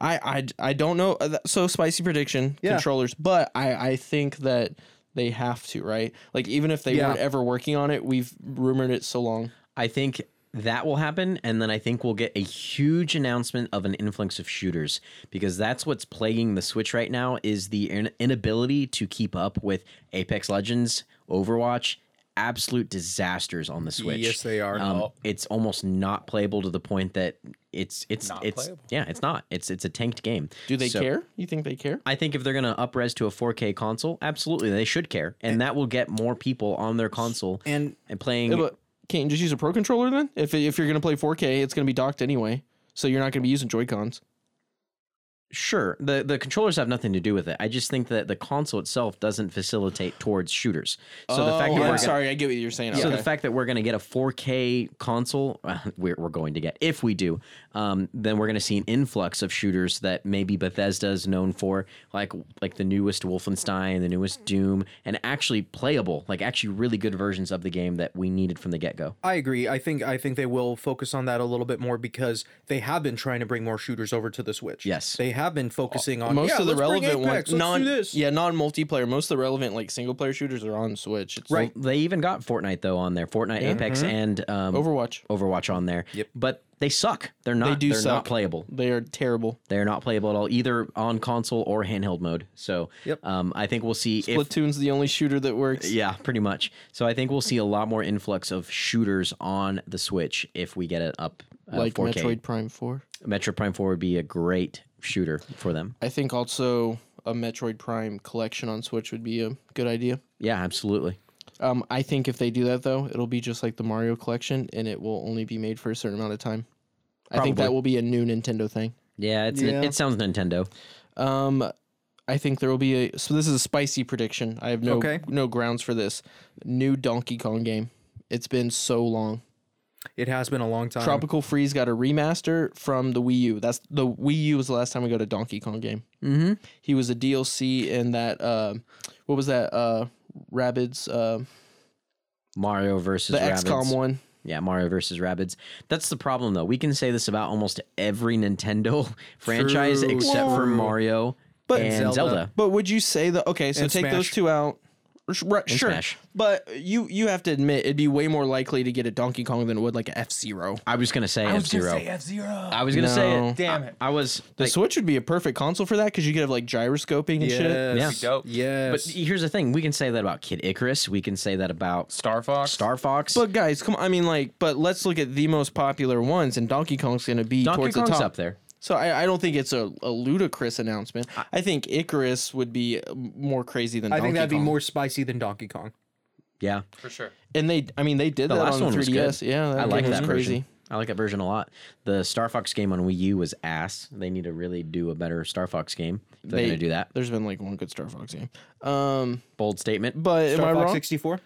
S3: I I I don't know uh, th- so spicy prediction
S4: Yeah.
S3: controllers, but I I think that they have to, right? Like even if they
S4: Yeah.
S3: weren't ever working on it, we've rumored it so long.
S1: I think that will happen, and then I think we'll get a huge announcement of an influx of shooters because that's what's plaguing the Switch right now is the in- inability to keep up with Apex Legends, Overwatch, absolute disasters on the Switch.
S4: Yes, they are.
S1: Um, It's almost not playable to the point that it's it's
S2: Not
S1: it's
S2: playable.
S1: yeah, it's not. It's it's a tanked game.
S3: Do they
S1: So-
S3: care? You think they care?
S1: I think if they're going to upres to a 4K console, absolutely they should care, and that will get more people on their console
S4: and
S1: and playing.
S3: Yeah, but can't you just use a pro controller then? If if you're gonna play 4K, it's gonna be docked anyway, so you're not gonna be using Joy Cons.
S1: Sure, the the controllers have nothing to do with it. I just think that the console itself doesn't facilitate towards shooters. So the fact that we're
S3: Oh, I'm
S1: gonna,
S3: sorry, I get what you're saying.
S1: so
S3: okay.
S1: the fact that we're going to get a 4K console, we're, we're going to get if we do, um, then we're going to see an influx of shooters that maybe Bethesda is known for, like like the newest Wolfenstein, the newest Doom, and actually playable, like actually really good versions of the game that we needed from the get go.
S4: I agree. I think I think they will focus on that a little bit more because they have been trying to bring more shooters over to the Switch.
S1: Yes.
S4: they have been focusing on
S3: most
S4: "Yeah,
S3: of the
S4: let's bring
S3: relevant
S4: Apex, let's
S3: ones, non
S4: do this.
S3: yeah, non multiplayer. Most of the relevant like single player shooters are on Switch. It's
S4: Right.
S1: They even got Fortnite though on there, Fortnite, Apex, and um,
S3: Mm-hmm. Overwatch.
S1: Overwatch on there. Yep. But they suck. They're not. They
S3: do
S1: are
S3: suck.
S1: not playable.
S3: They are terrible.
S1: They're not playable at all, either on console or handheld mode. So,
S4: Yep.
S1: um, I think we'll see. If,
S3: Splatoon's the only shooter that works.
S1: yeah, pretty much. So I think we'll see a lot more influx of shooters on the Switch if we get it up uh,
S3: like
S1: 4K.
S3: Metroid Prime Four.
S1: Metro Prime Four would be a great shooter for them.
S3: I think also a Metroid Prime collection on Switch would be a good idea.
S1: Yeah, absolutely.
S3: Um, I think if they do that though, it'll be just like the Mario collection, and it will only be made for a certain amount of time. I think
S1: Probably.
S3: that will be a new Nintendo thing.
S1: Yeah, it's
S4: Yeah.
S1: it sounds Nintendo.
S3: Um, I think there will be a. So this is a spicy prediction. I have no
S4: Okay.
S3: no grounds for this. New Donkey Kong game. It's been so long.
S4: It has been a long time.
S3: Tropical Freeze got a remaster from the Wii U. That's the Wii U was the last time we got a Donkey Kong game.
S1: Mm-hmm.
S3: He was a DLC in that. Uh, what was that? Uh, Rabbids. Uh,
S1: Mario versus
S3: the
S1: Rabbids.
S3: XCOM one.
S1: Yeah, Mario versus Rabbids. That's the problem, though. We can say this about almost every Nintendo franchise
S4: True,
S1: except for
S4: true.
S1: Mario
S3: But-
S1: and Zelda.
S4: Zelda.
S3: But would you say that? Okay, so
S4: And
S3: take
S4: Smash.
S3: those two out. Sh- right, Sure,
S1: Smash.
S3: but you you have to admit it'd be way more likely to get a Donkey Kong than it would like an F Zero.
S1: I was gonna say F Zero.
S2: F Zero.
S1: I was gonna say
S3: No.
S1: it.
S2: Damn it.
S1: I, I was.
S3: The
S1: like-
S3: Switch would be a perfect console for that because you could have like gyroscoping and shit. e-
S1: Yeah.
S4: Yes.
S2: Dope.
S1: but
S4: Yes.
S1: here's the thing: we can say that about Kid Icarus. We can say that about
S2: Star Fox.
S1: Star Fox.
S3: But guys, come on, I mean like, but let's look at the most popular ones, and Donkey Kong's gonna be
S1: Donkey
S3: towards
S1: Kong's
S3: the top.
S1: up there.
S3: So I, I don't think it's a, a ludicrous announcement. I, think Icarus would be uh, more crazy than
S4: I
S3: Donkey
S4: think that'd
S3: Kong.
S4: be more spicy than Donkey Kong.
S1: Yeah,
S2: for sure.
S3: And they, I mean, they did
S1: the
S3: that
S1: last
S3: on
S1: one was
S3: 3DS.
S1: good.
S3: Yeah,
S1: I like
S3: game was
S1: that
S3: crazy.
S1: version. I like that version a lot. The Star Fox game on Wii U was ass. They need to really do a better Star Fox game. If they're
S3: They-
S1: gonna do that.
S3: There's been like one good Star Fox game. Um,
S1: Bold statement.
S3: but
S4: Star
S3: am I
S4: Fox
S3: wrong?
S4: 64.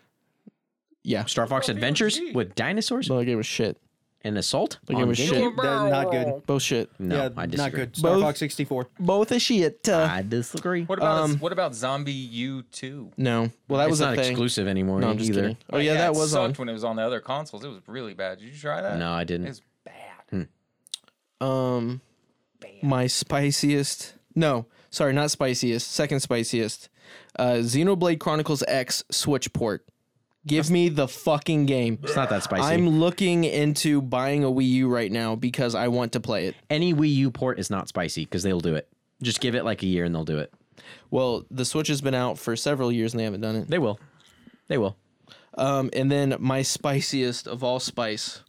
S3: yeah,
S1: Star Fox Adventures with dinosaurs
S3: no, that game was shit.
S1: and assault.
S3: That game
S1: on Mm.
S3: was
S1: GameCube?
S3: shit.
S4: They're not good.
S3: Both shit.
S1: No,
S4: yeah,
S1: I
S4: not
S1: disagree.
S4: good. Star
S3: Both-
S4: Fox 64.
S3: Both a shit. Uh,
S1: I disagree.
S2: What about what about Zombie U two?
S3: no. Well, that
S1: it's
S3: was
S1: not
S3: a thing.
S1: exclusive anymore
S3: No, I'm just
S1: either.
S3: kidding. Oh yeah, that was on.
S2: sucked when it was on the other consoles. It was really bad. Did you try that?
S1: No, I
S2: it
S1: didn't.
S2: was bad.
S3: um my spiciest no sorry not spiciest second spiciest uh xenoblade chronicles x switch port give me the fucking game
S1: It's not that spicy.
S3: i'm looking into buying a wii u right now because i want to play it
S1: Any Wii U port is not spicy because they'll do it. Just give it like a year and they'll do it.
S3: well the switch has been out for several years and they haven't done it
S1: They will. They will.
S3: um and then my spiciest of all spice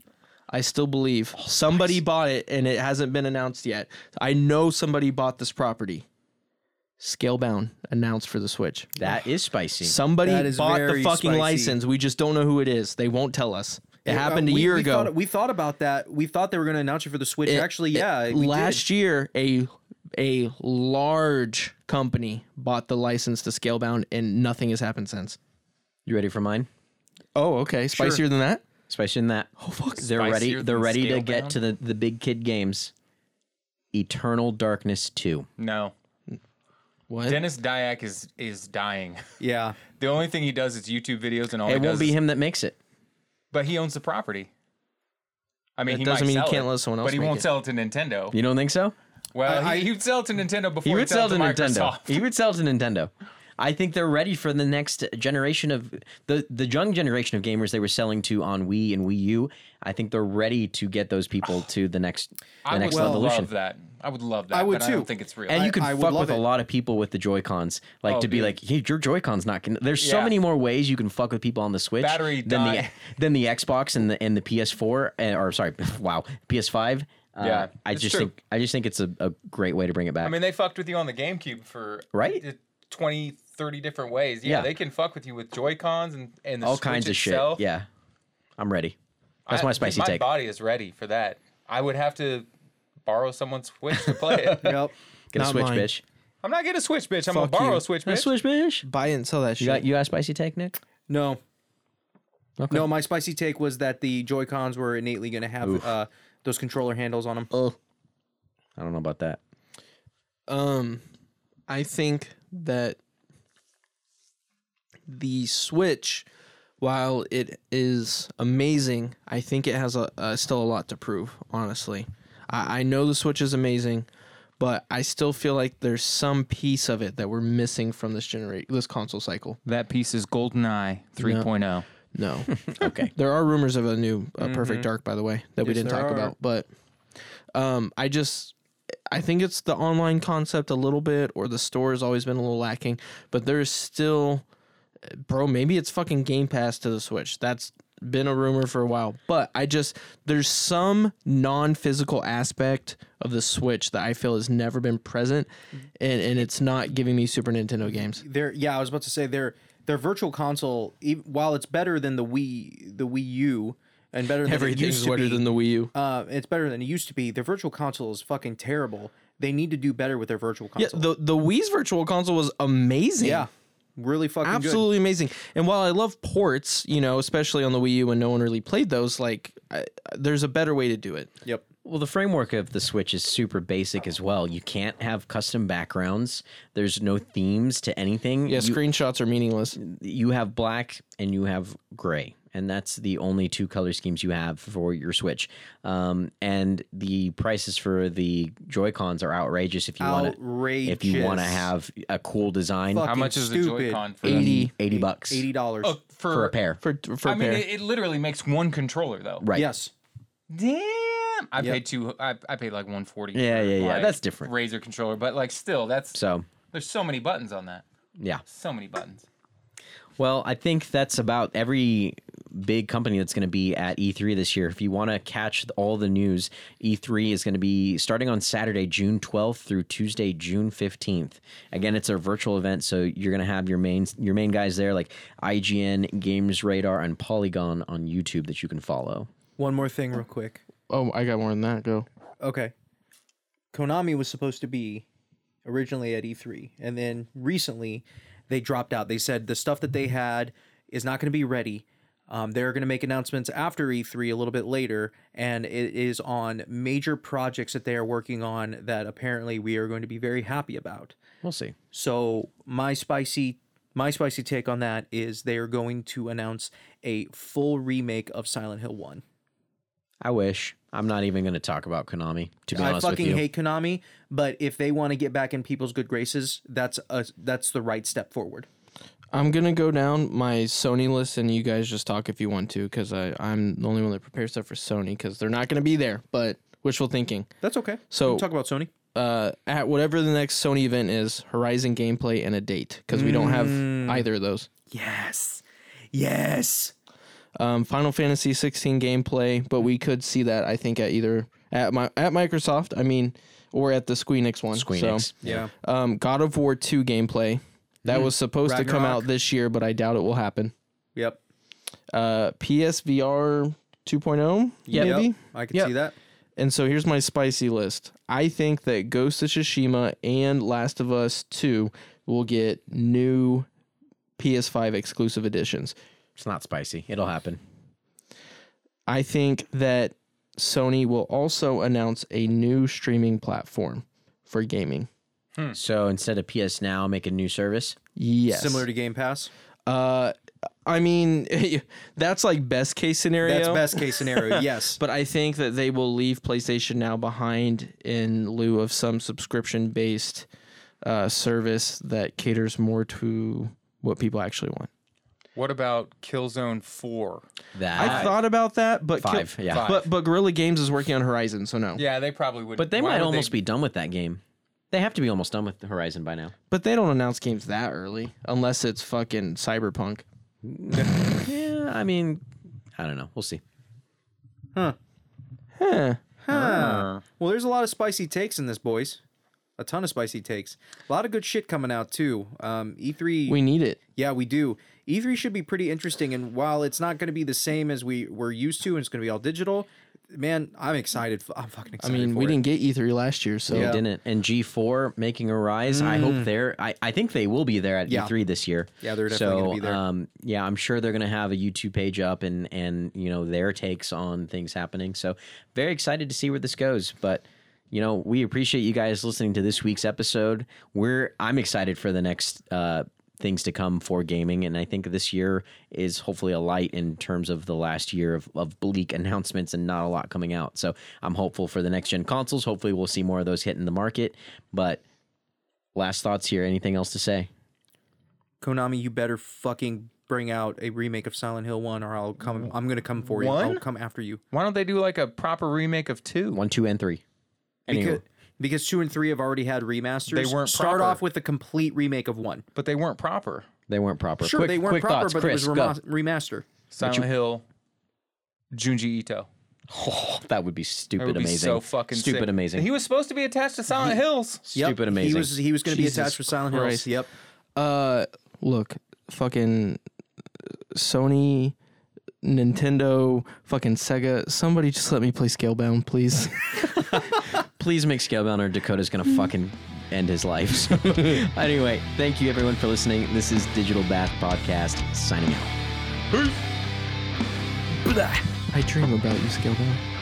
S3: I still believe somebody bought it and it hasn't been announced yet. I know somebody bought this property. Scalebound announced for the Switch.
S1: That is spicy.
S3: Somebody
S4: That is
S3: bought the
S4: very
S3: fucking
S4: spicy.
S3: license. We just don't know who it is. They won't tell us. It
S4: Uh,
S3: happened a
S4: we-
S3: year
S4: we
S3: ago.
S4: thought- we thought about that. We thought they were going to announce it for the Switch.
S3: It-
S4: Actually,
S3: it-
S4: yeah. we did.
S3: last year, a a large company bought the license to Scalebound, and nothing has happened since.
S1: you ready for mine?
S3: Oh, okay, spicier than that.
S1: Especially in that. Oh fuck. They're ready.
S2: Spicier
S1: They're
S2: than
S1: ready to
S2: Scalebound?
S1: get to the the big kid games. Eternal Darkness Two.
S2: No,
S3: What?
S2: Dennis Dyack is is dying.
S4: Yeah.
S2: The only thing he does is YouTube videos and all. he
S1: It
S2: does
S1: won't be
S2: is-
S1: him that makes it.
S2: but he owns the property. I mean,
S3: That
S2: he
S3: doesn't
S2: might
S3: mean he
S2: sell
S3: can't
S2: it,
S3: let someone else
S2: But he
S3: make
S2: won't
S3: it.
S2: sell it to Nintendo.
S1: You don't think so?
S2: Well,
S4: I-
S2: he, he'd sell it to Nintendo before
S1: He
S2: he
S1: would sell to Nintendo.
S2: Microsoft.
S1: He would sell to Nintendo. I think they're ready for the next generation of the the young generation of gamers they were selling to on Wii and Wii U. I think they're ready to get those people to the next the
S2: I would
S1: next
S2: love
S1: evolution.
S2: that. I would love that.
S4: I would
S2: but I
S4: too.
S2: don't think it's real.
S1: And
S4: I-
S1: you can
S4: I would
S1: fuck
S4: love
S1: with a
S4: it.
S1: lot of people with the Joy Cons, like
S2: Oh,
S1: to be
S2: dude.
S1: like, "Hey, your Joy Con's not." Con-. There's so
S2: Yeah.
S1: many more ways you can fuck with people on the Switch
S2: Battery
S1: than
S2: die.
S1: the than the Xbox and the and the PS4 and, eh, or sorry, wow, PS5. Uh,
S2: Yeah,
S1: I
S2: it's
S1: just
S2: true.
S1: think I just think it's a, a great way to bring it back.
S2: I mean, they fucked with you on the GameCube for
S1: Right?
S2: uh, 20, 30 different ways. Yeah,
S1: Yeah.
S2: they can fuck with you with Joy Cons and and the
S1: all
S2: Switch
S1: kinds of shit.
S2: itself.
S1: Yeah, I'm ready. That's
S2: I-
S1: my
S2: dude,
S1: spicy
S2: my
S1: take.
S2: body is ready for that. I would have to borrow someone's Switch to play it.
S4: Yep.
S1: Get a
S3: Not
S1: switch,
S3: mine.
S1: bitch.
S2: I'm not getting a Switch, bitch. I'm gonna
S3: Fuck
S2: borrow
S3: you.
S2: a Switch,
S1: A
S2: bitch.
S1: switch, bitch.
S3: Buy it and sell that shit.
S1: You got you got a spicy take, Nick?
S4: No. No, my spicy take was that the Joy Cons were innately going to have uh, those controller handles on them.
S3: Oh.
S1: I don't know about that.
S3: Um, I think that the Switch, while it is amazing, I think it has a uh, still a lot to prove. Honestly, I, I know the Switch is amazing, but I still feel like there's some piece of it that we're missing from this generate this console cycle.
S2: That piece is GoldenEye 3.0.
S1: oh.
S3: No,
S1: Okay.
S3: there are rumors of a new uh, Perfect Dark, by the way, that we didn't
S4: there
S3: talk
S4: are.
S3: about. But um, I just, I think it's the online concept a little bit, or the store has always been a little lacking. But there is still, bro. Maybe it's fucking Game Pass to the Switch. That's been a rumor for a while. But I just, there's some non-physical aspect of the Switch that I feel has never been present, and and it's not giving me Super Nintendo games.
S4: They're yeah, I was about e, to say their their virtual console, ev- while it's better than the Wii the Wii U and better than it used
S3: Everything's
S4: to
S3: better
S4: be.
S3: than the Wii U.
S4: uh, it's better than it used to be. Their virtual console is fucking terrible. They need to do better with their virtual
S3: Yeah,
S4: console.
S3: the the Wii's virtual console was amazing.
S4: Yeah, really fucking good.
S3: absolutely amazing. And while I love ports, you know, especially on the Wii U when no one really played those, like I, there's a better way to do it.
S4: Yep.
S1: Well, the framework of the Switch is super basic as well. You can't have custom backgrounds. There's no themes to anything.
S3: Yeah,
S1: you,
S3: screenshots are meaningless.
S1: you have black and you have gray, and that's the only two color schemes you have for your Switch. Um, and the prices for the Joy Cons are outrageous if you want to.
S4: Outrageous.
S1: If you want to have a cool design,
S4: Fuck.
S2: How
S4: Fucking
S2: much is
S4: stupid.
S2: a Joy-Con for that?
S1: 80, 80 bucks
S4: eighty dollars.
S2: Oh, for,
S1: for a pair.
S3: For for
S2: I mean,
S3: pair.
S2: it, it literally makes one controller though.
S1: right.
S4: Yes.
S2: Damn. I
S4: Yep.
S2: paid two. I, I paid like one forty.
S1: Yeah, yeah, yeah. That's different.
S2: Razor controller, but like still, that's
S1: So,
S2: there's so many buttons on that.
S1: yeah.
S2: So many buttons.
S1: Well, I think that's about every big company that's going to be at E3 this year. If you want to catch all the news, E3 is going to be starting on Saturday, June 12th through Tuesday, June 15th. Again, it's a virtual event, so you're going to have your main your main guys there like IGN, Games Radar, and Polygon on YouTube that you can follow.
S4: One more thing, real quick.
S3: oh, I got more than that. Go.
S4: Okay. Konami was supposed to be originally at E3, and then recently they dropped out. They said the stuff that they had is not going to be ready. Um, they're going to make announcements after E3 a little bit later, and it is on major projects that they are working on that apparently we are going to be very happy about.
S1: We'll see.
S4: So my spicy my spicy take on that is they are going to announce a full remake of Silent Hill 1.
S1: I wish. I'm not even going to talk about Konami to be
S4: I
S1: honest with
S4: fucking
S1: you.
S4: hate Konami, but if they want to get back in people's good graces, that's a that's the right step forward.
S3: I'm gonna go down my Sony list, and you guys just talk if you want to, because I I'm the only one that prepares stuff for Sony, because they're not gonna be there. But wishful thinking.
S4: That's okay.
S3: So-
S4: We can talk about Sony.
S3: Uh, at whatever the next Sony event is, Horizon gameplay and a date, because we don't have either of those.
S4: Yes, yes.
S3: Um, Final Fantasy 16 gameplay, but we could see that I think at either at my at Microsoft, I mean, or at the Squeenix one.
S1: Squeenix.
S3: So,
S4: Yeah.
S3: um, God of War 2 gameplay that was supposed to come
S4: Ragnarok.
S3: out this year, but I doubt it will happen.
S4: Yep.
S3: Uh, PSVR 2.0,
S4: Yep.
S3: oh, maybe.
S4: I can
S1: Yep.
S4: see that.
S3: And so here's my spicy list. I think that Ghost of Tsushima and Last of Us 2 will get new PS5 exclusive editions.
S1: It's not spicy. It'll happen.
S3: I think that Sony will also announce a new streaming platform for gaming.
S4: Hmm.
S1: So instead of PS Now, make a new service.
S3: Yes.
S4: Similar to Game Pass.
S3: uh I mean that's like best case scenario.
S4: That's best case scenario. yes.
S3: But I think that they will leave PlayStation Now behind in lieu of some subscription based uh, service that caters more to what people actually want.
S2: What about Killzone Four?
S1: That
S3: I thought about that, but Kill-
S1: Five, yeah.
S2: Five.
S3: but but Guerrilla Games is working on Horizon, so no.
S2: Yeah, they probably would.
S1: But they
S2: why
S1: might
S2: would
S1: almost be done with that game. They have to be almost done with Horizon by now.
S3: But they don't announce games that early unless it's fucking Cyberpunk.
S1: Yeah, I mean, I don't know. We'll see.
S3: Huh.
S4: well, there's a lot of spicy takes in this, boys. A ton of spicy takes. A lot of good shit coming out too. Um, E3.
S3: We need it.
S4: Yeah, we do. E3 should be pretty interesting, and while it's not going to be the same as we were used to, and it's going to be all digital, man, I'm excited. f- I'm fucking
S3: I
S4: excited.
S3: mean,
S4: for
S3: we
S4: it.
S3: didn't get E3 last year, so
S1: They didn't. And G4 making a rise. I hope they're, I, I think they will be there at
S4: Yeah.
S1: E3 this year.
S4: Yeah, they're definitely
S1: so,
S4: gonna be there.
S1: Um, yeah, I'm sure they're going to have a YouTube page up and, and, you know, their takes on things happening. So, very excited to see where this goes. But, you know, we appreciate you guys listening to this week's episode. We're, I'm excited for the next, uh, things to come for gaming and i think this year is hopefully a light in terms of the last year of, of bleak announcements and not a lot coming out so i'm hopeful for the next gen consoles hopefully we'll see more of those hitting the market but last thoughts here anything else to say
S4: Konami, you better fucking bring out a remake of Silent Hill One, or I'll come. I'm going to come for you. I'll
S2: One?
S4: come after you.
S2: Why don't they do like a proper remake of Two?
S1: one two and three anyway
S4: Because, because two and three have already had remasters.
S2: They weren't
S4: Start
S2: proper.
S4: off with a complete remake of one.
S2: But they weren't proper.
S1: they weren't proper
S4: Sure,
S1: quick,
S4: they weren't
S1: quick
S4: proper,
S1: thoughts
S4: but
S1: chris
S4: it was
S1: go.
S4: rema- remaster.
S2: Silent Hill, Junji Ito.
S1: Oh, that would be stupid
S2: That would be
S1: amazing
S2: so fucking
S1: stupid
S2: sick.
S1: amazing
S2: He was supposed to be attached to Silent Hills.
S4: Yep,
S1: stupid amazing
S4: He was he was going to be
S3: Jesus
S4: attached with Silent Hills.
S3: Christ.
S4: Yep.
S3: Uh, look, fucking Sony Nintendo, fucking Sega. Somebody just let me play Scalebound, please.
S1: Please make Scalebound or Dakota's gonna fucking end his life. So, anyway, thank you everyone for listening. This is Digital Bath Podcast signing out.
S3: I dream about you, Scalebound.